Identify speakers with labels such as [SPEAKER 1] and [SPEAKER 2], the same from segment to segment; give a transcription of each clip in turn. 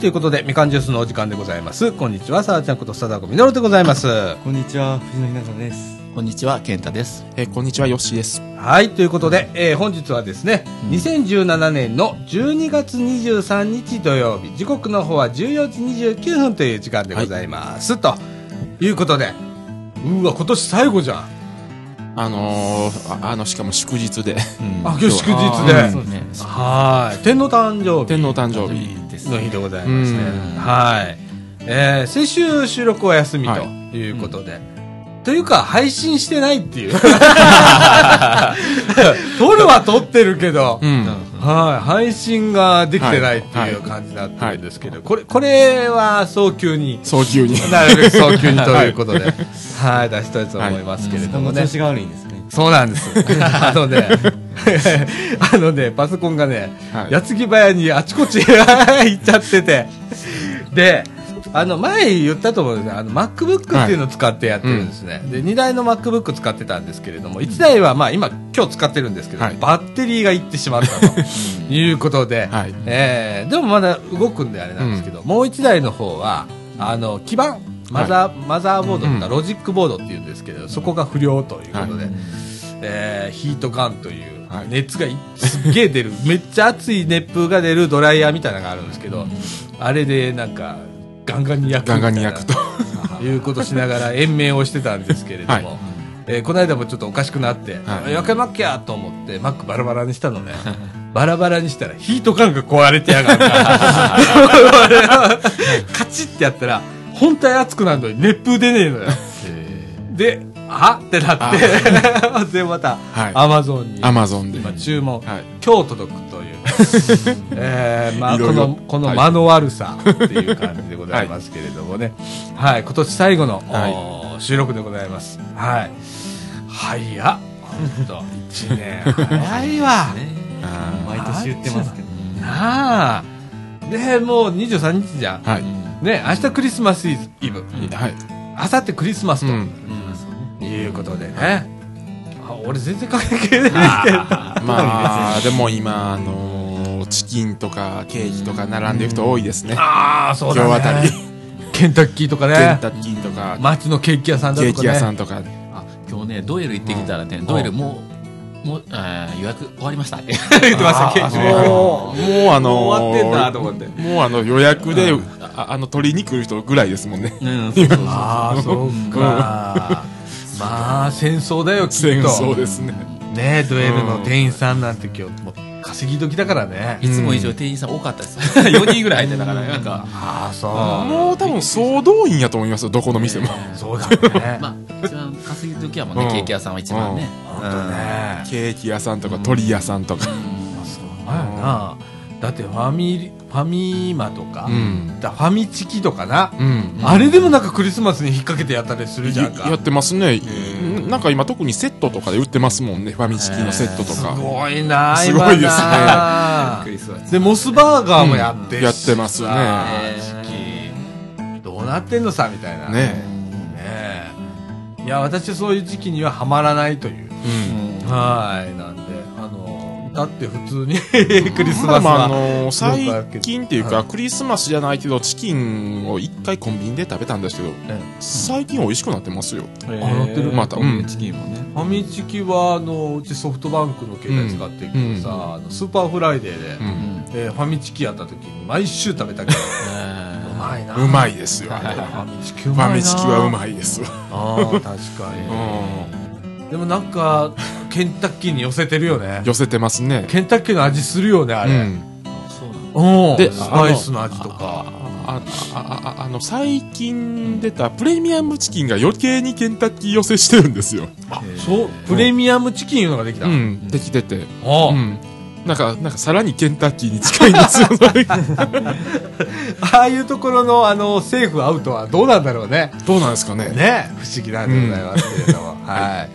[SPEAKER 1] ということで、みかんジュースのお時間でございます。こんにちは、さあちゃんこと貞子みのるでございます。
[SPEAKER 2] こんにちは、藤野ひなたです。
[SPEAKER 3] こんにちは、健太です。
[SPEAKER 4] えーこんにちは、ヨッシーです。
[SPEAKER 1] はい、ということで、えー本日はですね、2017年の12月23日土曜日、時刻の方は14時29分という時間でございます。ということで、うわ、今年最後じゃん。
[SPEAKER 4] あのー、ああの、しかも祝日で、
[SPEAKER 1] あ、今日祝日
[SPEAKER 3] あー
[SPEAKER 1] で
[SPEAKER 3] そう。ね。
[SPEAKER 1] はい。天皇誕生日
[SPEAKER 4] 天皇誕生
[SPEAKER 3] 楽し
[SPEAKER 4] 日。
[SPEAKER 3] みです
[SPEAKER 1] の日でございますね
[SPEAKER 4] う。ん
[SPEAKER 1] はい。えー先週収録お休みと
[SPEAKER 4] はい
[SPEAKER 1] いうことで。というか、配信してないって いう。撮るは撮ってるけど
[SPEAKER 4] う、ん。
[SPEAKER 1] はい、配信ができてないっていう感じだったんですけど、これ、これは早急に、
[SPEAKER 4] 早 急に。
[SPEAKER 1] なるべく早急にということで、はい、出したいと思いますけれど
[SPEAKER 2] こ
[SPEAKER 1] も
[SPEAKER 2] の
[SPEAKER 1] ね
[SPEAKER 2] 調。子が悪いんですね。
[SPEAKER 1] そうなん です。あのね、あのね、パソコンがね、
[SPEAKER 4] はい
[SPEAKER 1] 矢継ぎ早にあちこち行っちゃって て、で、あの、前言ったと思うんですね、あの、MacBook っていうのを使ってやってるんですね。で、2台の MacBook 使ってたんですけれども、1台はまあ今、今日使ってるんですけど、
[SPEAKER 4] はい
[SPEAKER 1] バッテリーがいってしまった ということで、
[SPEAKER 4] はい
[SPEAKER 1] えーでもまだ動くんであれなんですけど、もう1台の方は、あの、基板、マザー、マザーボードとか、
[SPEAKER 4] うん
[SPEAKER 1] ロジックボードっていうんですけど、そこが不良ということで、えーヒートガンという
[SPEAKER 4] はい
[SPEAKER 1] 熱がいすっげえ出る めっちゃ熱い熱風が出るドライヤーみたいなのがあるんですけど、あれでなんかガンガンに焼くみたいな
[SPEAKER 4] ガンガンに焼く
[SPEAKER 1] いうことしながら延命をしてたんですけれども、
[SPEAKER 4] はい
[SPEAKER 1] えーこの間もちょっとおかしくなって、
[SPEAKER 4] はい
[SPEAKER 1] 焼けなきゃと思ってマックバラバラにしたのねバラバラにしたらヒートガンが壊れてやがるカチッてやったら本体熱くなるのに熱風出ねえのよで、あってなって、 で、また、
[SPEAKER 4] はい
[SPEAKER 1] アマゾンに、
[SPEAKER 4] アマゾンで。
[SPEAKER 1] 今
[SPEAKER 4] は
[SPEAKER 1] 注文、
[SPEAKER 4] はい
[SPEAKER 1] 今日届くという、えーまあ、
[SPEAKER 4] いろ
[SPEAKER 1] こ
[SPEAKER 4] いろ
[SPEAKER 1] の、この間の悪さっていう感じでございますけれどもね、はい、今年最後の、
[SPEAKER 4] はい
[SPEAKER 1] おー収録でございます。はい。はいや、ほんと、1年早いわ。
[SPEAKER 2] 毎年言ってますけど。
[SPEAKER 1] なあ。で、もう23日じゃん。
[SPEAKER 4] い。
[SPEAKER 1] ね、明日クリスマスイブ、
[SPEAKER 4] はい。
[SPEAKER 1] 明後日クリスマス
[SPEAKER 4] う
[SPEAKER 1] と。
[SPEAKER 4] ん。
[SPEAKER 1] いうことでね。あ俺全然関係ないけど。
[SPEAKER 4] まあ、でも今、あのー、チキンとかケーキとか並んでる人多いですね。
[SPEAKER 1] ああ、そうだね。
[SPEAKER 4] 今日あたり。
[SPEAKER 1] ケンタッキーとか
[SPEAKER 4] ケン
[SPEAKER 1] ね。
[SPEAKER 4] タッキーとか、
[SPEAKER 1] 町のケーキ屋さんだとか
[SPEAKER 4] ケ
[SPEAKER 1] ね。
[SPEAKER 4] ーキ屋さんとか。
[SPEAKER 3] あ、今日ね、ドエル行ってきたらね、ドエルもう、もう、あー予約終わりました。
[SPEAKER 1] 言ってました、ケーキね。
[SPEAKER 4] もう
[SPEAKER 1] も
[SPEAKER 4] あのー、
[SPEAKER 1] う終わってんだと思って
[SPEAKER 4] もうあの、予約で、ああの、取りに来る人ぐらいですもんね。
[SPEAKER 3] うん、そうそうそう
[SPEAKER 1] ああ、そうか。まあ、戦争だよ、き
[SPEAKER 4] 戦
[SPEAKER 1] っ
[SPEAKER 4] 争
[SPEAKER 1] と。
[SPEAKER 4] ですね。
[SPEAKER 1] ねド M の店員さんなんて今日、もう稼ぎ時だからね。
[SPEAKER 3] いつも以上店員さん多かったです。4人ぐらい入ってたから、なんか、
[SPEAKER 1] ああ、そ
[SPEAKER 4] もう多分総動員やと思いますよ、どこの店も。
[SPEAKER 1] う。そうだね。
[SPEAKER 3] まあ、一番稼ぐ時はもうね、
[SPEAKER 4] うん
[SPEAKER 3] ケーキ屋さんは一番ね。
[SPEAKER 1] ほんとね。
[SPEAKER 4] ケーキ屋さんとか、鳥屋さんとか。
[SPEAKER 1] あやな。だってファミリ、ファミマとか、
[SPEAKER 4] うん。
[SPEAKER 1] だファミチキとかな。
[SPEAKER 4] うん。
[SPEAKER 1] あれでもなんかクリスマスに引っ掛けてやったりするじゃん
[SPEAKER 4] やや
[SPEAKER 1] か
[SPEAKER 4] っ。てますね、なんか今特にセットとかで売ってますもんねファミチキのセットと
[SPEAKER 1] す
[SPEAKER 4] か、
[SPEAKER 1] ごいな
[SPEAKER 4] すごいですね
[SPEAKER 1] 今な
[SPEAKER 2] リスマス。
[SPEAKER 1] で、モスバーガーもやってるし
[SPEAKER 4] うんやってますね
[SPEAKER 1] さ
[SPEAKER 3] えー
[SPEAKER 1] 時期どうなってんのさ、みたいな。ね
[SPEAKER 4] ね
[SPEAKER 1] えいや、私はそういう時期にはハマらないという。
[SPEAKER 4] うん
[SPEAKER 1] はい。なんで、あの、だって普通に クリスマス
[SPEAKER 4] まあ、
[SPEAKER 1] は。
[SPEAKER 4] あの最近っていう
[SPEAKER 1] は
[SPEAKER 4] かクリスマスじゃないけどチキンを一回コンビニで食べたんですけど最近美味しくなってますよ
[SPEAKER 1] あなってる
[SPEAKER 4] またうん
[SPEAKER 2] チキンもね。
[SPEAKER 1] ファミチキは、あの、うちソフトバンクの携帯使ってるけどさ、あのスーパーフライデーで、
[SPEAKER 4] うん
[SPEAKER 1] えーファミチキやった時に毎週食べたけど、うまいな。
[SPEAKER 4] うまいですよあ
[SPEAKER 1] フ
[SPEAKER 4] れ
[SPEAKER 1] ァミチキう
[SPEAKER 4] フ
[SPEAKER 1] まいな。
[SPEAKER 4] ァミチキはう
[SPEAKER 1] い。
[SPEAKER 4] まいですわ
[SPEAKER 1] ああ、確か
[SPEAKER 4] う
[SPEAKER 1] に。
[SPEAKER 4] ん
[SPEAKER 1] でもなん か、ケンタッキーに寄せてるよね。
[SPEAKER 4] 寄せてますね
[SPEAKER 1] ケンタッキーの味するよね、あ
[SPEAKER 4] う
[SPEAKER 1] れ。
[SPEAKER 4] ん
[SPEAKER 3] そうなんだ
[SPEAKER 1] うん。
[SPEAKER 4] で
[SPEAKER 1] スパイスの味とか。
[SPEAKER 4] ああああの最近出たプレミアムチキンが余計にケンタッキー寄せしてるんですよ
[SPEAKER 1] そう、プレミアムチキンいうのができた。
[SPEAKER 4] う
[SPEAKER 1] あ
[SPEAKER 4] んできててう
[SPEAKER 1] あ
[SPEAKER 4] ん。なんか、なんかさらにケンタッキーに近いんですよ、それ が
[SPEAKER 1] ああいうところの、あの、セーフアウトはどうなんだろうね。
[SPEAKER 4] どうなんですかね。
[SPEAKER 1] ね、不思議なんでございますけれども、はい。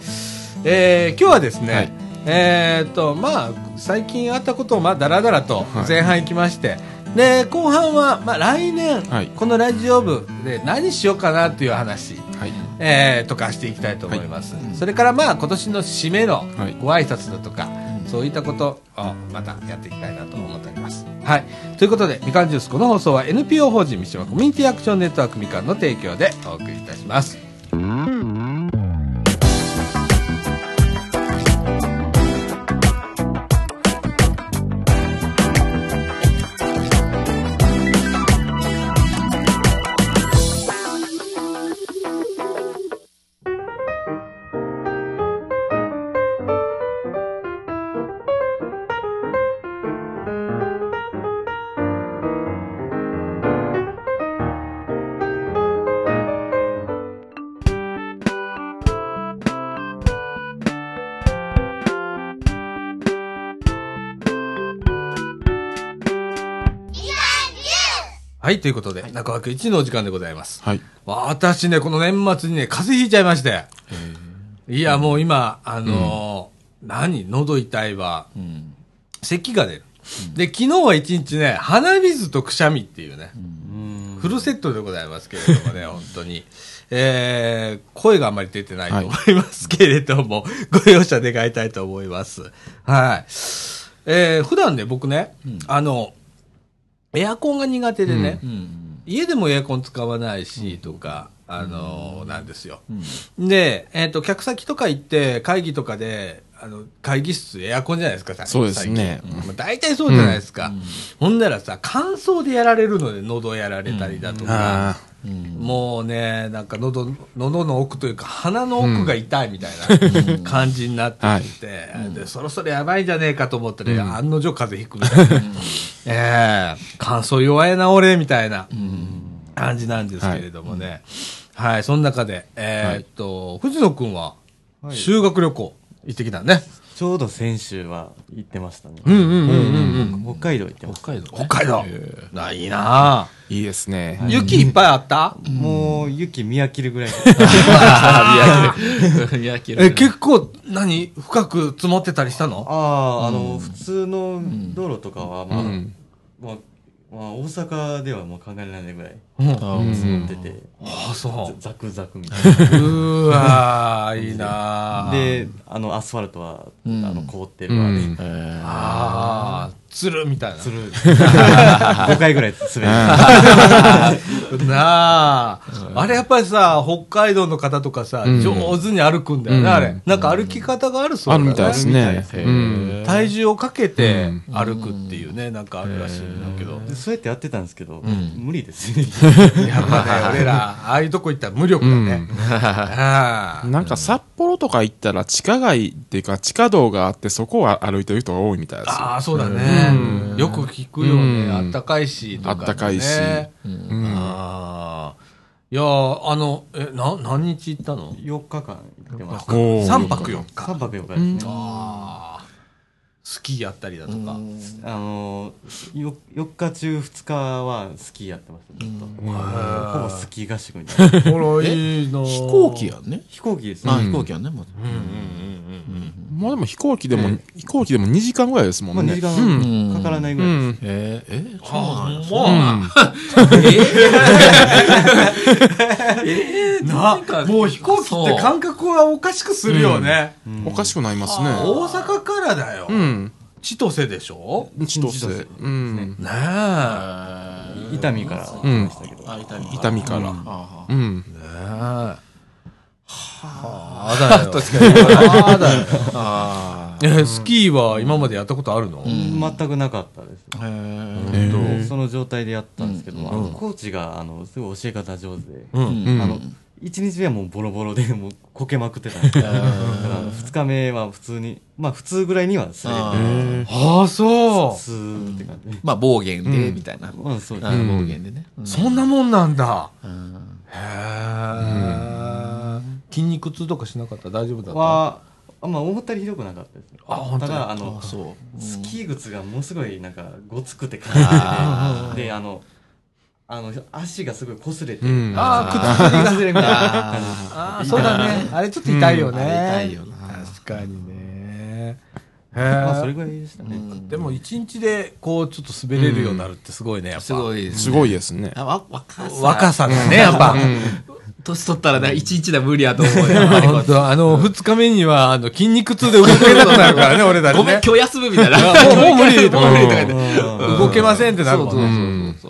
[SPEAKER 1] えー今日はですね、
[SPEAKER 4] はい
[SPEAKER 1] えーっと、まあ、最近あったことを、まあ、だらだらと
[SPEAKER 4] はい
[SPEAKER 1] 前半行きまして、で、後半は、まあ、来年、
[SPEAKER 4] はい
[SPEAKER 1] このラジオ部で何しようかなっていう話、
[SPEAKER 4] はい。
[SPEAKER 1] えーとかしていきたいと思います。それから、まあ、今年の締めの
[SPEAKER 4] はい
[SPEAKER 1] ご挨拶だとか、そういったことをまたやっていきたいなと思っております。はい、ということでみかんジュースこの放送は NPO 法人三島コミュニティアクションネットワークみかんの提供でお送りいたします。はい、ということで、中枠一のお時間でございます。
[SPEAKER 4] はい。
[SPEAKER 1] 私ね、この年末にね、風邪ひいちゃいまして。いや、もう今、あのー何喉痛いわ。
[SPEAKER 3] うん
[SPEAKER 1] 咳が出る。で、昨日は一日ね、鼻水とくしゃみっていうね、フルセットでございますけれども ね、本当に。えー、声があまり出てないと思いますけれども、 ご容赦願いたいと思います。はい。えー、普段ね、僕ね、あの、エアコンが苦手でね、
[SPEAKER 3] うん
[SPEAKER 1] 家でもエアコン使わないしとか、あのーなんですよ。で、えっ、と、客先とか行って、会議とかで、あの、会議室エアコンじゃないですか、
[SPEAKER 4] そうですね
[SPEAKER 1] 最近まあ、大体そうじゃないですか。ほんならさ、乾燥でやられるので、喉やられたりだとか、もうね、なんか喉、喉の奥というか、鼻の奥が痛いみたいな感じになってきて、で、そろそろやばいんじゃねえかと思ったら、案の定風邪ひくみたいな。ええ乾燥弱いな、俺、みたいな感じなんですけれどもね。はい、その中で、えーっと、藤野くんは、
[SPEAKER 2] はい
[SPEAKER 1] 修学旅行行ってきたね。
[SPEAKER 2] ちょうど先週は行ってましたね。
[SPEAKER 1] うんうんうんうん うん。
[SPEAKER 2] 北海道行ってまし
[SPEAKER 3] 北海道ね
[SPEAKER 1] 北海道。ないいなあ
[SPEAKER 4] いいですね。
[SPEAKER 1] 雪いっぱいあった
[SPEAKER 2] た。もう雪見飽きるぐらい。
[SPEAKER 3] いや嫌い
[SPEAKER 1] え、結構、何深く積もってたりしたの
[SPEAKER 2] ああ、あの、普通の道路とかは、まあ、
[SPEAKER 4] うん
[SPEAKER 2] まあ、まあ、大阪ではもう考えられないぐらい
[SPEAKER 1] うん。あ
[SPEAKER 3] あ
[SPEAKER 2] 積もってて、
[SPEAKER 1] あ、そ。
[SPEAKER 2] ザクザクみたいう
[SPEAKER 1] うーわー、いいな
[SPEAKER 2] な。
[SPEAKER 1] あ、
[SPEAKER 2] で、あの、アスファルトは、あ
[SPEAKER 3] ん
[SPEAKER 2] の、凍って
[SPEAKER 4] う
[SPEAKER 2] るわ。
[SPEAKER 4] ん。
[SPEAKER 3] えー
[SPEAKER 1] ああ、つるみたいな。
[SPEAKER 2] する。5回ぐらい滑る。
[SPEAKER 1] なあ、あれやっぱりさ、北海道の方とかさ、
[SPEAKER 4] うん
[SPEAKER 1] 上手に歩くんだよね、
[SPEAKER 4] うん
[SPEAKER 1] あれ。なんか歩き方があるそう
[SPEAKER 4] あ
[SPEAKER 1] だ
[SPEAKER 4] る
[SPEAKER 1] ね。
[SPEAKER 4] みたいですね。うん。
[SPEAKER 1] 体重をかけて歩くっていうね、なんかあるらしいんだけど。
[SPEAKER 2] でそうやってやってたんですけど、
[SPEAKER 3] ん
[SPEAKER 2] 無理ですね。
[SPEAKER 1] やっぱね、俺ら、ああいうとこ行ったら無力だね。ああ
[SPEAKER 4] なんか札幌とか行ったら地下街っていうか地下道があってそこを歩いてる人が多いみたいですよ。
[SPEAKER 1] ああ、そうだね
[SPEAKER 4] う。ん
[SPEAKER 1] よく聞くよね。
[SPEAKER 4] うん
[SPEAKER 1] あったかいし、とか、ね。
[SPEAKER 4] あったかいし
[SPEAKER 1] うん
[SPEAKER 4] うん
[SPEAKER 1] ああ。いやー、あの、え、な、何日行ったの
[SPEAKER 2] 4日間行ってました。
[SPEAKER 4] おー
[SPEAKER 1] ?3 泊4日。
[SPEAKER 2] 3泊4日ですね。
[SPEAKER 1] ああ。スキーやったりだとか。
[SPEAKER 2] あのよ4日中2日はスキーやってましたずっと
[SPEAKER 1] ー
[SPEAKER 2] ほぼスキー合宿みたいな
[SPEAKER 1] ほら、
[SPEAKER 3] え
[SPEAKER 1] いいな
[SPEAKER 3] 飛行機やんね
[SPEAKER 2] 飛行機ですね、
[SPEAKER 3] あ飛行機やんねまず
[SPEAKER 4] まあでも飛行機でも、飛行機でも2時間ぐらいですも
[SPEAKER 2] まあ
[SPEAKER 4] ん
[SPEAKER 2] 2
[SPEAKER 4] ね
[SPEAKER 2] 時。間
[SPEAKER 3] ん
[SPEAKER 2] かからないぐ
[SPEAKER 4] う
[SPEAKER 2] らいで
[SPEAKER 4] ん。
[SPEAKER 2] す、
[SPEAKER 3] えーえーそう
[SPEAKER 1] あ
[SPEAKER 3] なんや
[SPEAKER 1] あまあ。 ええな、もう飛行機って感覚はおかしくするよね。
[SPEAKER 4] おかしくなりますね。
[SPEAKER 1] あ大阪からだよ
[SPEAKER 4] う。ん。
[SPEAKER 1] 千歳でしょ
[SPEAKER 4] 千歳。うん。
[SPEAKER 1] ねえ。
[SPEAKER 2] 伊丹から行きましたけど、
[SPEAKER 3] あ痛み
[SPEAKER 4] 痛みから。
[SPEAKER 3] あ
[SPEAKER 4] うん。
[SPEAKER 1] はあだよ。確かに。はあだよ。
[SPEAKER 3] あ
[SPEAKER 1] え、スキーは今までやったことあるの
[SPEAKER 2] 全くなかったです、
[SPEAKER 3] へー
[SPEAKER 4] え
[SPEAKER 2] そう
[SPEAKER 4] ー
[SPEAKER 2] その状態でやったんですけど、あのコーチがあのすごい教え方上手で、
[SPEAKER 1] うん。
[SPEAKER 4] うん
[SPEAKER 2] あの1日目はもうボロボロでもうこけまくってたんですけどだから2日目は普通にまあ普通ぐらいには
[SPEAKER 3] あ
[SPEAKER 2] 滑れて
[SPEAKER 3] ー
[SPEAKER 1] ああ、そ
[SPEAKER 2] スーって感じで、
[SPEAKER 3] まあ暴言でみたいな
[SPEAKER 2] まあそうです
[SPEAKER 3] あ
[SPEAKER 2] ね、
[SPEAKER 3] ー暴言でね
[SPEAKER 1] う。そんなもんなんだ。
[SPEAKER 3] うん
[SPEAKER 1] へえ。筋肉痛とかしなかった大丈夫だった
[SPEAKER 2] はあまあ思ったよりひどくなかったです
[SPEAKER 1] あ本当
[SPEAKER 2] た
[SPEAKER 1] に
[SPEAKER 2] だあの
[SPEAKER 3] あそう
[SPEAKER 2] スキー靴がものすごいなんかごつくて感じててであのあの足がすごい擦れて、
[SPEAKER 4] うん。
[SPEAKER 1] ああ、
[SPEAKER 2] 擦り擦れみたいな感じです
[SPEAKER 1] ああ、そうだね。あれちょっと痛いよね。
[SPEAKER 3] うんあれ痛いよな
[SPEAKER 1] 確かにね。へ
[SPEAKER 2] まあそれ
[SPEAKER 1] え。
[SPEAKER 2] ぐらいでしたね、
[SPEAKER 1] でも一日でこうちょっと滑れるようになるってすごいね、やっぱ。
[SPEAKER 3] すごいです
[SPEAKER 4] す
[SPEAKER 3] ね
[SPEAKER 4] ごいですね。
[SPEAKER 3] あわ若さ
[SPEAKER 1] 若さがね、やっぱ。
[SPEAKER 3] 年取ったらな、いちいちだ無理やと思うよ。
[SPEAKER 1] 本当あの、二日目には、あの、筋肉痛で動けなくなるからね、俺たち
[SPEAKER 3] ごめん、
[SPEAKER 1] ね。
[SPEAKER 3] 今日休むみたいな。
[SPEAKER 1] もうもう無理
[SPEAKER 3] もう無理とか言って。
[SPEAKER 2] うん
[SPEAKER 1] 動けませんってなるもんね。
[SPEAKER 3] そうそう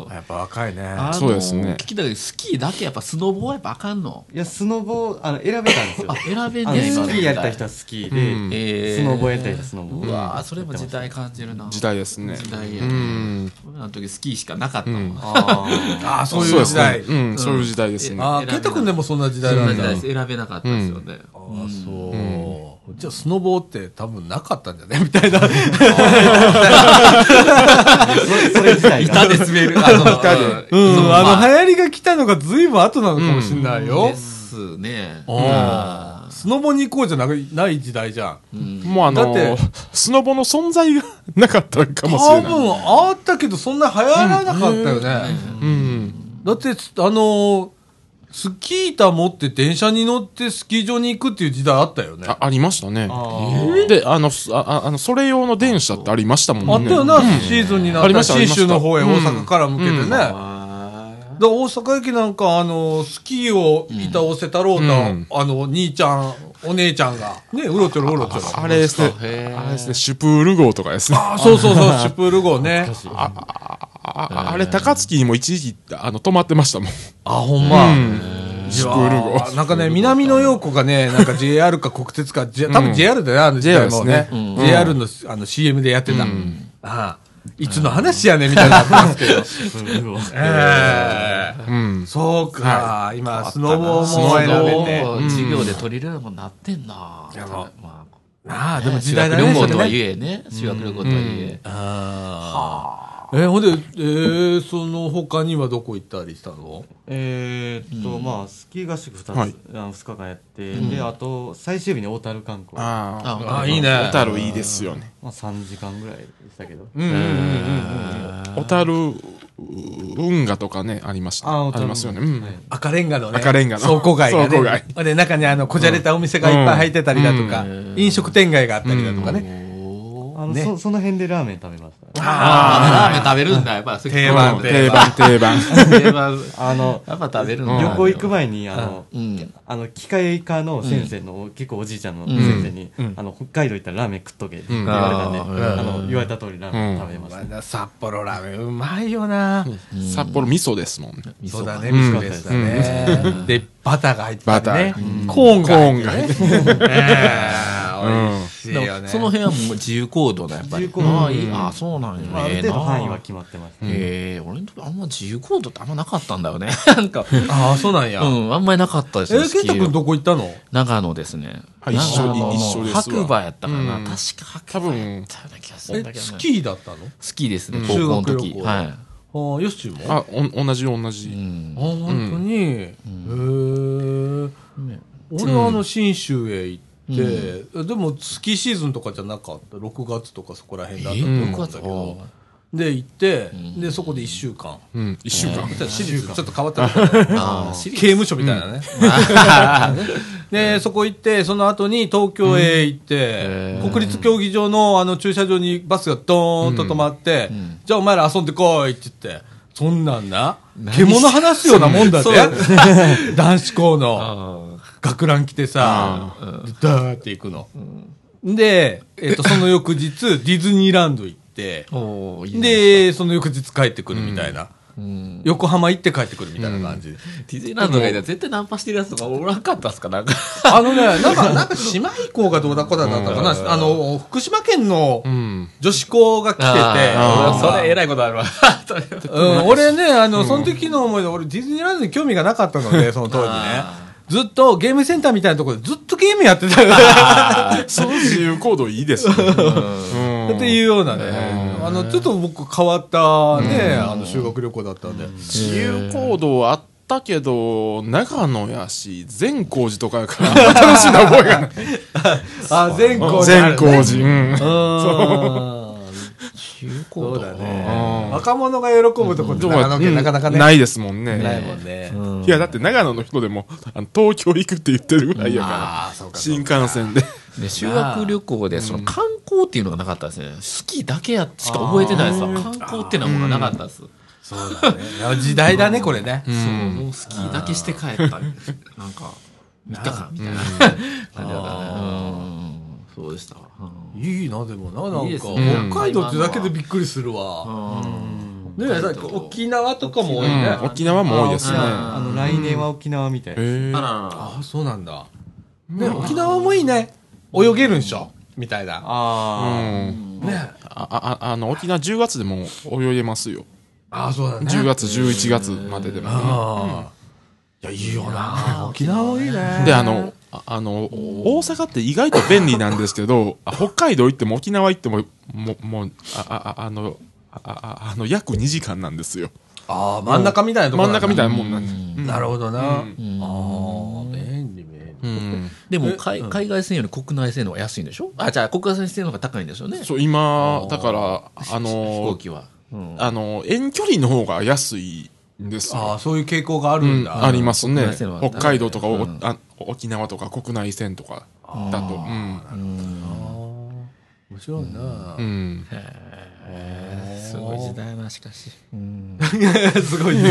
[SPEAKER 3] そうそう
[SPEAKER 1] やっぱ若いね。
[SPEAKER 3] あの
[SPEAKER 4] そうですね
[SPEAKER 3] 聞きたいけどスキーだけやっぱスノボはやっぱあかんの。
[SPEAKER 2] いや、スノボ、あの、選べたんですよ
[SPEAKER 3] あ、。選べん
[SPEAKER 2] あ
[SPEAKER 3] ね
[SPEAKER 2] の
[SPEAKER 3] や今
[SPEAKER 2] スキーやりたい人はスキー
[SPEAKER 4] うん
[SPEAKER 2] で、
[SPEAKER 3] えー
[SPEAKER 2] スノボやりたい人はスノボ。
[SPEAKER 3] うわーそれも時代感じるな。
[SPEAKER 4] 時代ですね。
[SPEAKER 3] 時代
[SPEAKER 4] う
[SPEAKER 3] や。
[SPEAKER 4] ん。
[SPEAKER 3] 俺らの時スキーしかなかったも
[SPEAKER 4] うん
[SPEAKER 3] ん。
[SPEAKER 2] あ
[SPEAKER 1] ああ、そう
[SPEAKER 4] そう
[SPEAKER 1] い
[SPEAKER 4] で
[SPEAKER 1] う
[SPEAKER 4] す
[SPEAKER 1] 時
[SPEAKER 4] ね
[SPEAKER 1] 代。。
[SPEAKER 4] うん、そういう時代ですね。
[SPEAKER 1] ああ、ケタ君でもそんな時代
[SPEAKER 3] そん
[SPEAKER 1] な
[SPEAKER 3] なん時
[SPEAKER 1] だ
[SPEAKER 3] 代。です選べなかったですよね。
[SPEAKER 1] ああそう、じゃあスノボーって多分なかったんじゃねみたい な。
[SPEAKER 2] あ、それそれ 自体が。
[SPEAKER 3] 板で滑る。あのうん
[SPEAKER 1] うん、
[SPEAKER 3] ま
[SPEAKER 1] あの、流行りが来たのが随分後なのかもしれないよ。
[SPEAKER 3] ですね。
[SPEAKER 1] うんスノボに行こうじゃなくない時代じゃん。
[SPEAKER 4] もうあの
[SPEAKER 1] だって
[SPEAKER 4] スノボの存在がなかったかもし
[SPEAKER 1] 多
[SPEAKER 4] れない。
[SPEAKER 1] 分あったけど、そんな流行らなかったよね。
[SPEAKER 4] うん。
[SPEAKER 1] だって、あのースキー板持って電車に乗ってスキー場に行くっていう時代あったよね。
[SPEAKER 4] あ、ありましたね。
[SPEAKER 2] あ
[SPEAKER 4] で、あの、すあああの、それ用の電車ってありましたもんね。
[SPEAKER 1] あったよな、シーズンになった
[SPEAKER 4] あり
[SPEAKER 1] ら、
[SPEAKER 4] ましたあり
[SPEAKER 1] 信州
[SPEAKER 4] ました
[SPEAKER 1] の方へ
[SPEAKER 4] うん
[SPEAKER 1] 大阪から向けてね。
[SPEAKER 4] うん
[SPEAKER 1] だから大阪駅なんか、あの、スキーを板をせたろうと、
[SPEAKER 4] うん
[SPEAKER 1] あの、兄ちゃん、お姉ちゃんが、ね、うろちょろうろちょろ。
[SPEAKER 4] あれですね。あれですね、シュプール号とかですね。
[SPEAKER 1] あそうそうそう、シュプール号ね。
[SPEAKER 4] あああれ、高槻にも一時期、あの、止まってましたもん。
[SPEAKER 1] あ、ほんま。
[SPEAKER 4] シュプール号。
[SPEAKER 1] あなんかね、南野陽子がね、なんか JR か国鉄か、J- 多分 JR だよね、あの時代もね。JR のあの CM でやってた。ああいつの話やね、みたいなのあったんですけど。ええ
[SPEAKER 4] うん。
[SPEAKER 1] そうか、今、スノボーも選べて。
[SPEAKER 3] 授業で取り入れるもんなってんな。
[SPEAKER 1] やば
[SPEAKER 3] まあ
[SPEAKER 1] ああ、で
[SPEAKER 3] で
[SPEAKER 1] も
[SPEAKER 3] も
[SPEAKER 1] 時
[SPEAKER 3] 修
[SPEAKER 1] 代
[SPEAKER 3] 学
[SPEAKER 1] だね。
[SPEAKER 3] 旅行とは
[SPEAKER 1] それね
[SPEAKER 3] 言えね。修学旅行とは言え。
[SPEAKER 1] ああ。えほんで、えーその他にはどこ行ったりしたの
[SPEAKER 2] えーっと、まあ、スキー合宿2つ、
[SPEAKER 4] はい
[SPEAKER 2] あの2日間やって、で、あと、最終日に小樽観光。まあ、
[SPEAKER 4] あ
[SPEAKER 3] あ
[SPEAKER 1] あ、いいね
[SPEAKER 4] あ。小。樽いいですよね。
[SPEAKER 2] 3時間ぐらいでしたけど。
[SPEAKER 1] うんうんうんうん。
[SPEAKER 4] 小樽、運河とかね、ありました。あ
[SPEAKER 2] 小樽
[SPEAKER 4] りますよね。うん
[SPEAKER 2] はい
[SPEAKER 1] 赤レンガのね。
[SPEAKER 4] 赤レンガの
[SPEAKER 1] 倉庫街が、ね。
[SPEAKER 4] 倉庫街
[SPEAKER 1] で、中にあの、こじゃれたお店がいっぱい入ってたりだとか、飲食店街があったりだとかね。
[SPEAKER 2] あの、
[SPEAKER 1] ね
[SPEAKER 2] そその辺でラーメン食べました。
[SPEAKER 3] あーラーメン食べるんだ、やっぱ。
[SPEAKER 1] 定番で
[SPEAKER 4] 定番、定番。
[SPEAKER 3] 定番。
[SPEAKER 2] あの、
[SPEAKER 3] やっぱ食べるんだ。
[SPEAKER 2] 旅行行く前に、あの、
[SPEAKER 3] うん。
[SPEAKER 2] あの機械科の先生の、結構おじいちゃんの先生に、あの北海道行ったらラーメン食っとけって言われたんで、
[SPEAKER 3] うん
[SPEAKER 2] あの言われた通りラーメン食べました、
[SPEAKER 1] 札幌ラーメンうまいよな。
[SPEAKER 4] 札幌味噌ですもんね。
[SPEAKER 1] そうだね、ミスベースだね。で、バターが入ってたりね
[SPEAKER 4] バタ。
[SPEAKER 1] コーンが入っ
[SPEAKER 4] コ
[SPEAKER 1] てね。 ねえ美味しい
[SPEAKER 3] で
[SPEAKER 1] よ
[SPEAKER 3] も
[SPEAKER 1] ね。
[SPEAKER 3] その辺はもう自由行動だ、やっぱり。
[SPEAKER 2] 自由行動
[SPEAKER 3] あーいいあー、そうなん
[SPEAKER 2] まあ、
[SPEAKER 3] や
[SPEAKER 2] ある
[SPEAKER 3] ね。
[SPEAKER 2] 程度範囲
[SPEAKER 3] ええな
[SPEAKER 2] は決まってます、
[SPEAKER 3] ええ、俺のとこあんま自由行動ってあんまなかったんだよね。 なんか、
[SPEAKER 1] ああ、そうなんや。
[SPEAKER 3] う
[SPEAKER 1] え
[SPEAKER 3] ん、あんまりなかったですね。
[SPEAKER 1] ー、ケイタ君どこ行ったの
[SPEAKER 3] 長野ですね。
[SPEAKER 4] あ一緒に
[SPEAKER 3] 長野
[SPEAKER 4] 一緒ですわ
[SPEAKER 3] 白馬やったかな。
[SPEAKER 4] うん
[SPEAKER 3] 確か白馬やったような気がするんだ
[SPEAKER 1] え、
[SPEAKER 3] けど、ね。
[SPEAKER 1] スキーだったの
[SPEAKER 3] スキーですね、
[SPEAKER 1] ん
[SPEAKER 3] 高校の
[SPEAKER 1] 修
[SPEAKER 3] 時。
[SPEAKER 1] 学旅行
[SPEAKER 3] は
[SPEAKER 1] あ
[SPEAKER 3] い。
[SPEAKER 1] あ、ヨッシーもあ、
[SPEAKER 4] あ、お同じよ、同
[SPEAKER 3] う
[SPEAKER 4] じ。
[SPEAKER 3] ん。
[SPEAKER 1] 本当に。へえ。
[SPEAKER 3] ね
[SPEAKER 1] 俺はあの信州へ行って、でもスキーシーズンとかじゃなかった6月とかそこら辺だったと思うんだけど、で行って、でそこで1週間
[SPEAKER 4] うん、一週間。
[SPEAKER 1] ちょっと私立ちょっと変わったみたいな
[SPEAKER 3] ああ、
[SPEAKER 1] 刑
[SPEAKER 3] シリ
[SPEAKER 1] 務所みたいなね、 でそこ行ってその後に東京へ行って、国立競技場のあの駐車場にバスがドーンと止まって、じゃあお前ら遊んでこいって言ってそんなんな獣話すようなもんだぜ 男子校の。学ラン着てさ、ダーって行くの。で、えっ、と、その翌日、ディズニーランド行って、
[SPEAKER 3] おーいいね、
[SPEAKER 1] で、その翌日帰ってくるみたいな。横浜行って帰ってくるみたいな感じ。
[SPEAKER 3] ディズニーランドがいたら絶対ナンパしてるやつとかおらんかったっすかなんか。
[SPEAKER 1] あのね、なんか、なんか姉妹校がどうだこうだだったかな。あの、福島県の
[SPEAKER 4] うん。
[SPEAKER 1] 女子校が来てて、
[SPEAKER 3] あーそれ
[SPEAKER 1] 俺は
[SPEAKER 3] 偉いことあるわ。
[SPEAKER 1] うん、俺ね、あの、その時の思いで、俺ディズニーランドに興味がなかったので、その当時ね
[SPEAKER 3] あ。
[SPEAKER 1] ずっとゲームセンターみたいなところでずっとゲームやってたよ。
[SPEAKER 4] その自由行動いいですね。うん
[SPEAKER 1] っていうようなね、あの、ちょっと僕変わったね、あの、修学旅行だったんで。
[SPEAKER 4] 自由行動あったけど、長野やし、善光寺とかやから、 楽しいな覚えがない。
[SPEAKER 1] あ、全校
[SPEAKER 4] 善光寺。うん
[SPEAKER 1] そ
[SPEAKER 3] 中高
[SPEAKER 1] うだ
[SPEAKER 4] う
[SPEAKER 1] ね。
[SPEAKER 4] ん
[SPEAKER 1] 若者が喜ぶとこって長野
[SPEAKER 4] う
[SPEAKER 1] 県
[SPEAKER 4] ん
[SPEAKER 1] なかなかね。
[SPEAKER 4] ないですもんね。
[SPEAKER 1] ないもんね。
[SPEAKER 4] いや、だって長野の人でも、あの東京行くって言ってるぐらいや
[SPEAKER 1] あ
[SPEAKER 4] か
[SPEAKER 1] あ、そう
[SPEAKER 4] ら、
[SPEAKER 1] か。
[SPEAKER 4] 新幹線で。
[SPEAKER 3] で修学旅行でその観光っていうのがなかったですね。スキーだけやしか覚えてないですわ。観光っていうのはもうなかったです。
[SPEAKER 1] そうだね。いや時代だね、これね。
[SPEAKER 3] そう、
[SPEAKER 4] ん
[SPEAKER 3] もうスキーだけして帰った。なんか、見たか、みたいな感じだったね。うんそうでしたわ。うん
[SPEAKER 1] いいな、でもな、なんか。
[SPEAKER 3] いいですね
[SPEAKER 1] 北海道ってだけでびっくりするわ。ねえ、さっき沖縄とかも多いね
[SPEAKER 4] う。ん沖縄も多いですね。
[SPEAKER 3] あ
[SPEAKER 2] あの、来年は沖縄みたい
[SPEAKER 4] へ
[SPEAKER 2] です。
[SPEAKER 4] え
[SPEAKER 3] あららら。
[SPEAKER 1] ああ、そうなんだ。ね、沖縄もいいね。泳げるんしょみたいな。
[SPEAKER 2] あ
[SPEAKER 4] うん
[SPEAKER 1] ね
[SPEAKER 4] あああの沖縄10月でも泳げますよ
[SPEAKER 1] ああ、そうだね。
[SPEAKER 4] 10月11月まででも
[SPEAKER 1] ああ。いや、いいよな。沖縄もいいね。
[SPEAKER 4] であのああの大阪って意外と便利なんですけどあ北海道行っても沖縄行ってもももうああああのあああの約2時間なんですよ
[SPEAKER 1] ああ、真ん中みたいなとこ
[SPEAKER 4] 真ん中みたい
[SPEAKER 1] な。
[SPEAKER 4] なもんなんです
[SPEAKER 1] なるほどな。ああ
[SPEAKER 3] ん、
[SPEAKER 1] 便利便利。
[SPEAKER 4] うん
[SPEAKER 3] でも海、海外線より国内線の方が安いんでしょあ、じゃあ国外線の方が高いんですよね。
[SPEAKER 4] そう今だからあ
[SPEAKER 3] 飛行
[SPEAKER 4] の
[SPEAKER 3] 機は。うん
[SPEAKER 4] あの遠距離の方が安いんですよ
[SPEAKER 1] ああ、そういう傾向があるん
[SPEAKER 4] うん、あ
[SPEAKER 1] だ。
[SPEAKER 4] りますね
[SPEAKER 3] 国内線は
[SPEAKER 4] 北海道とか、お
[SPEAKER 3] うん
[SPEAKER 4] あ沖縄とか国内線とかだとうん
[SPEAKER 1] 面白いな
[SPEAKER 4] う。ん
[SPEAKER 3] すごい時代な、しかし。
[SPEAKER 1] すごいね。
[SPEAKER 3] い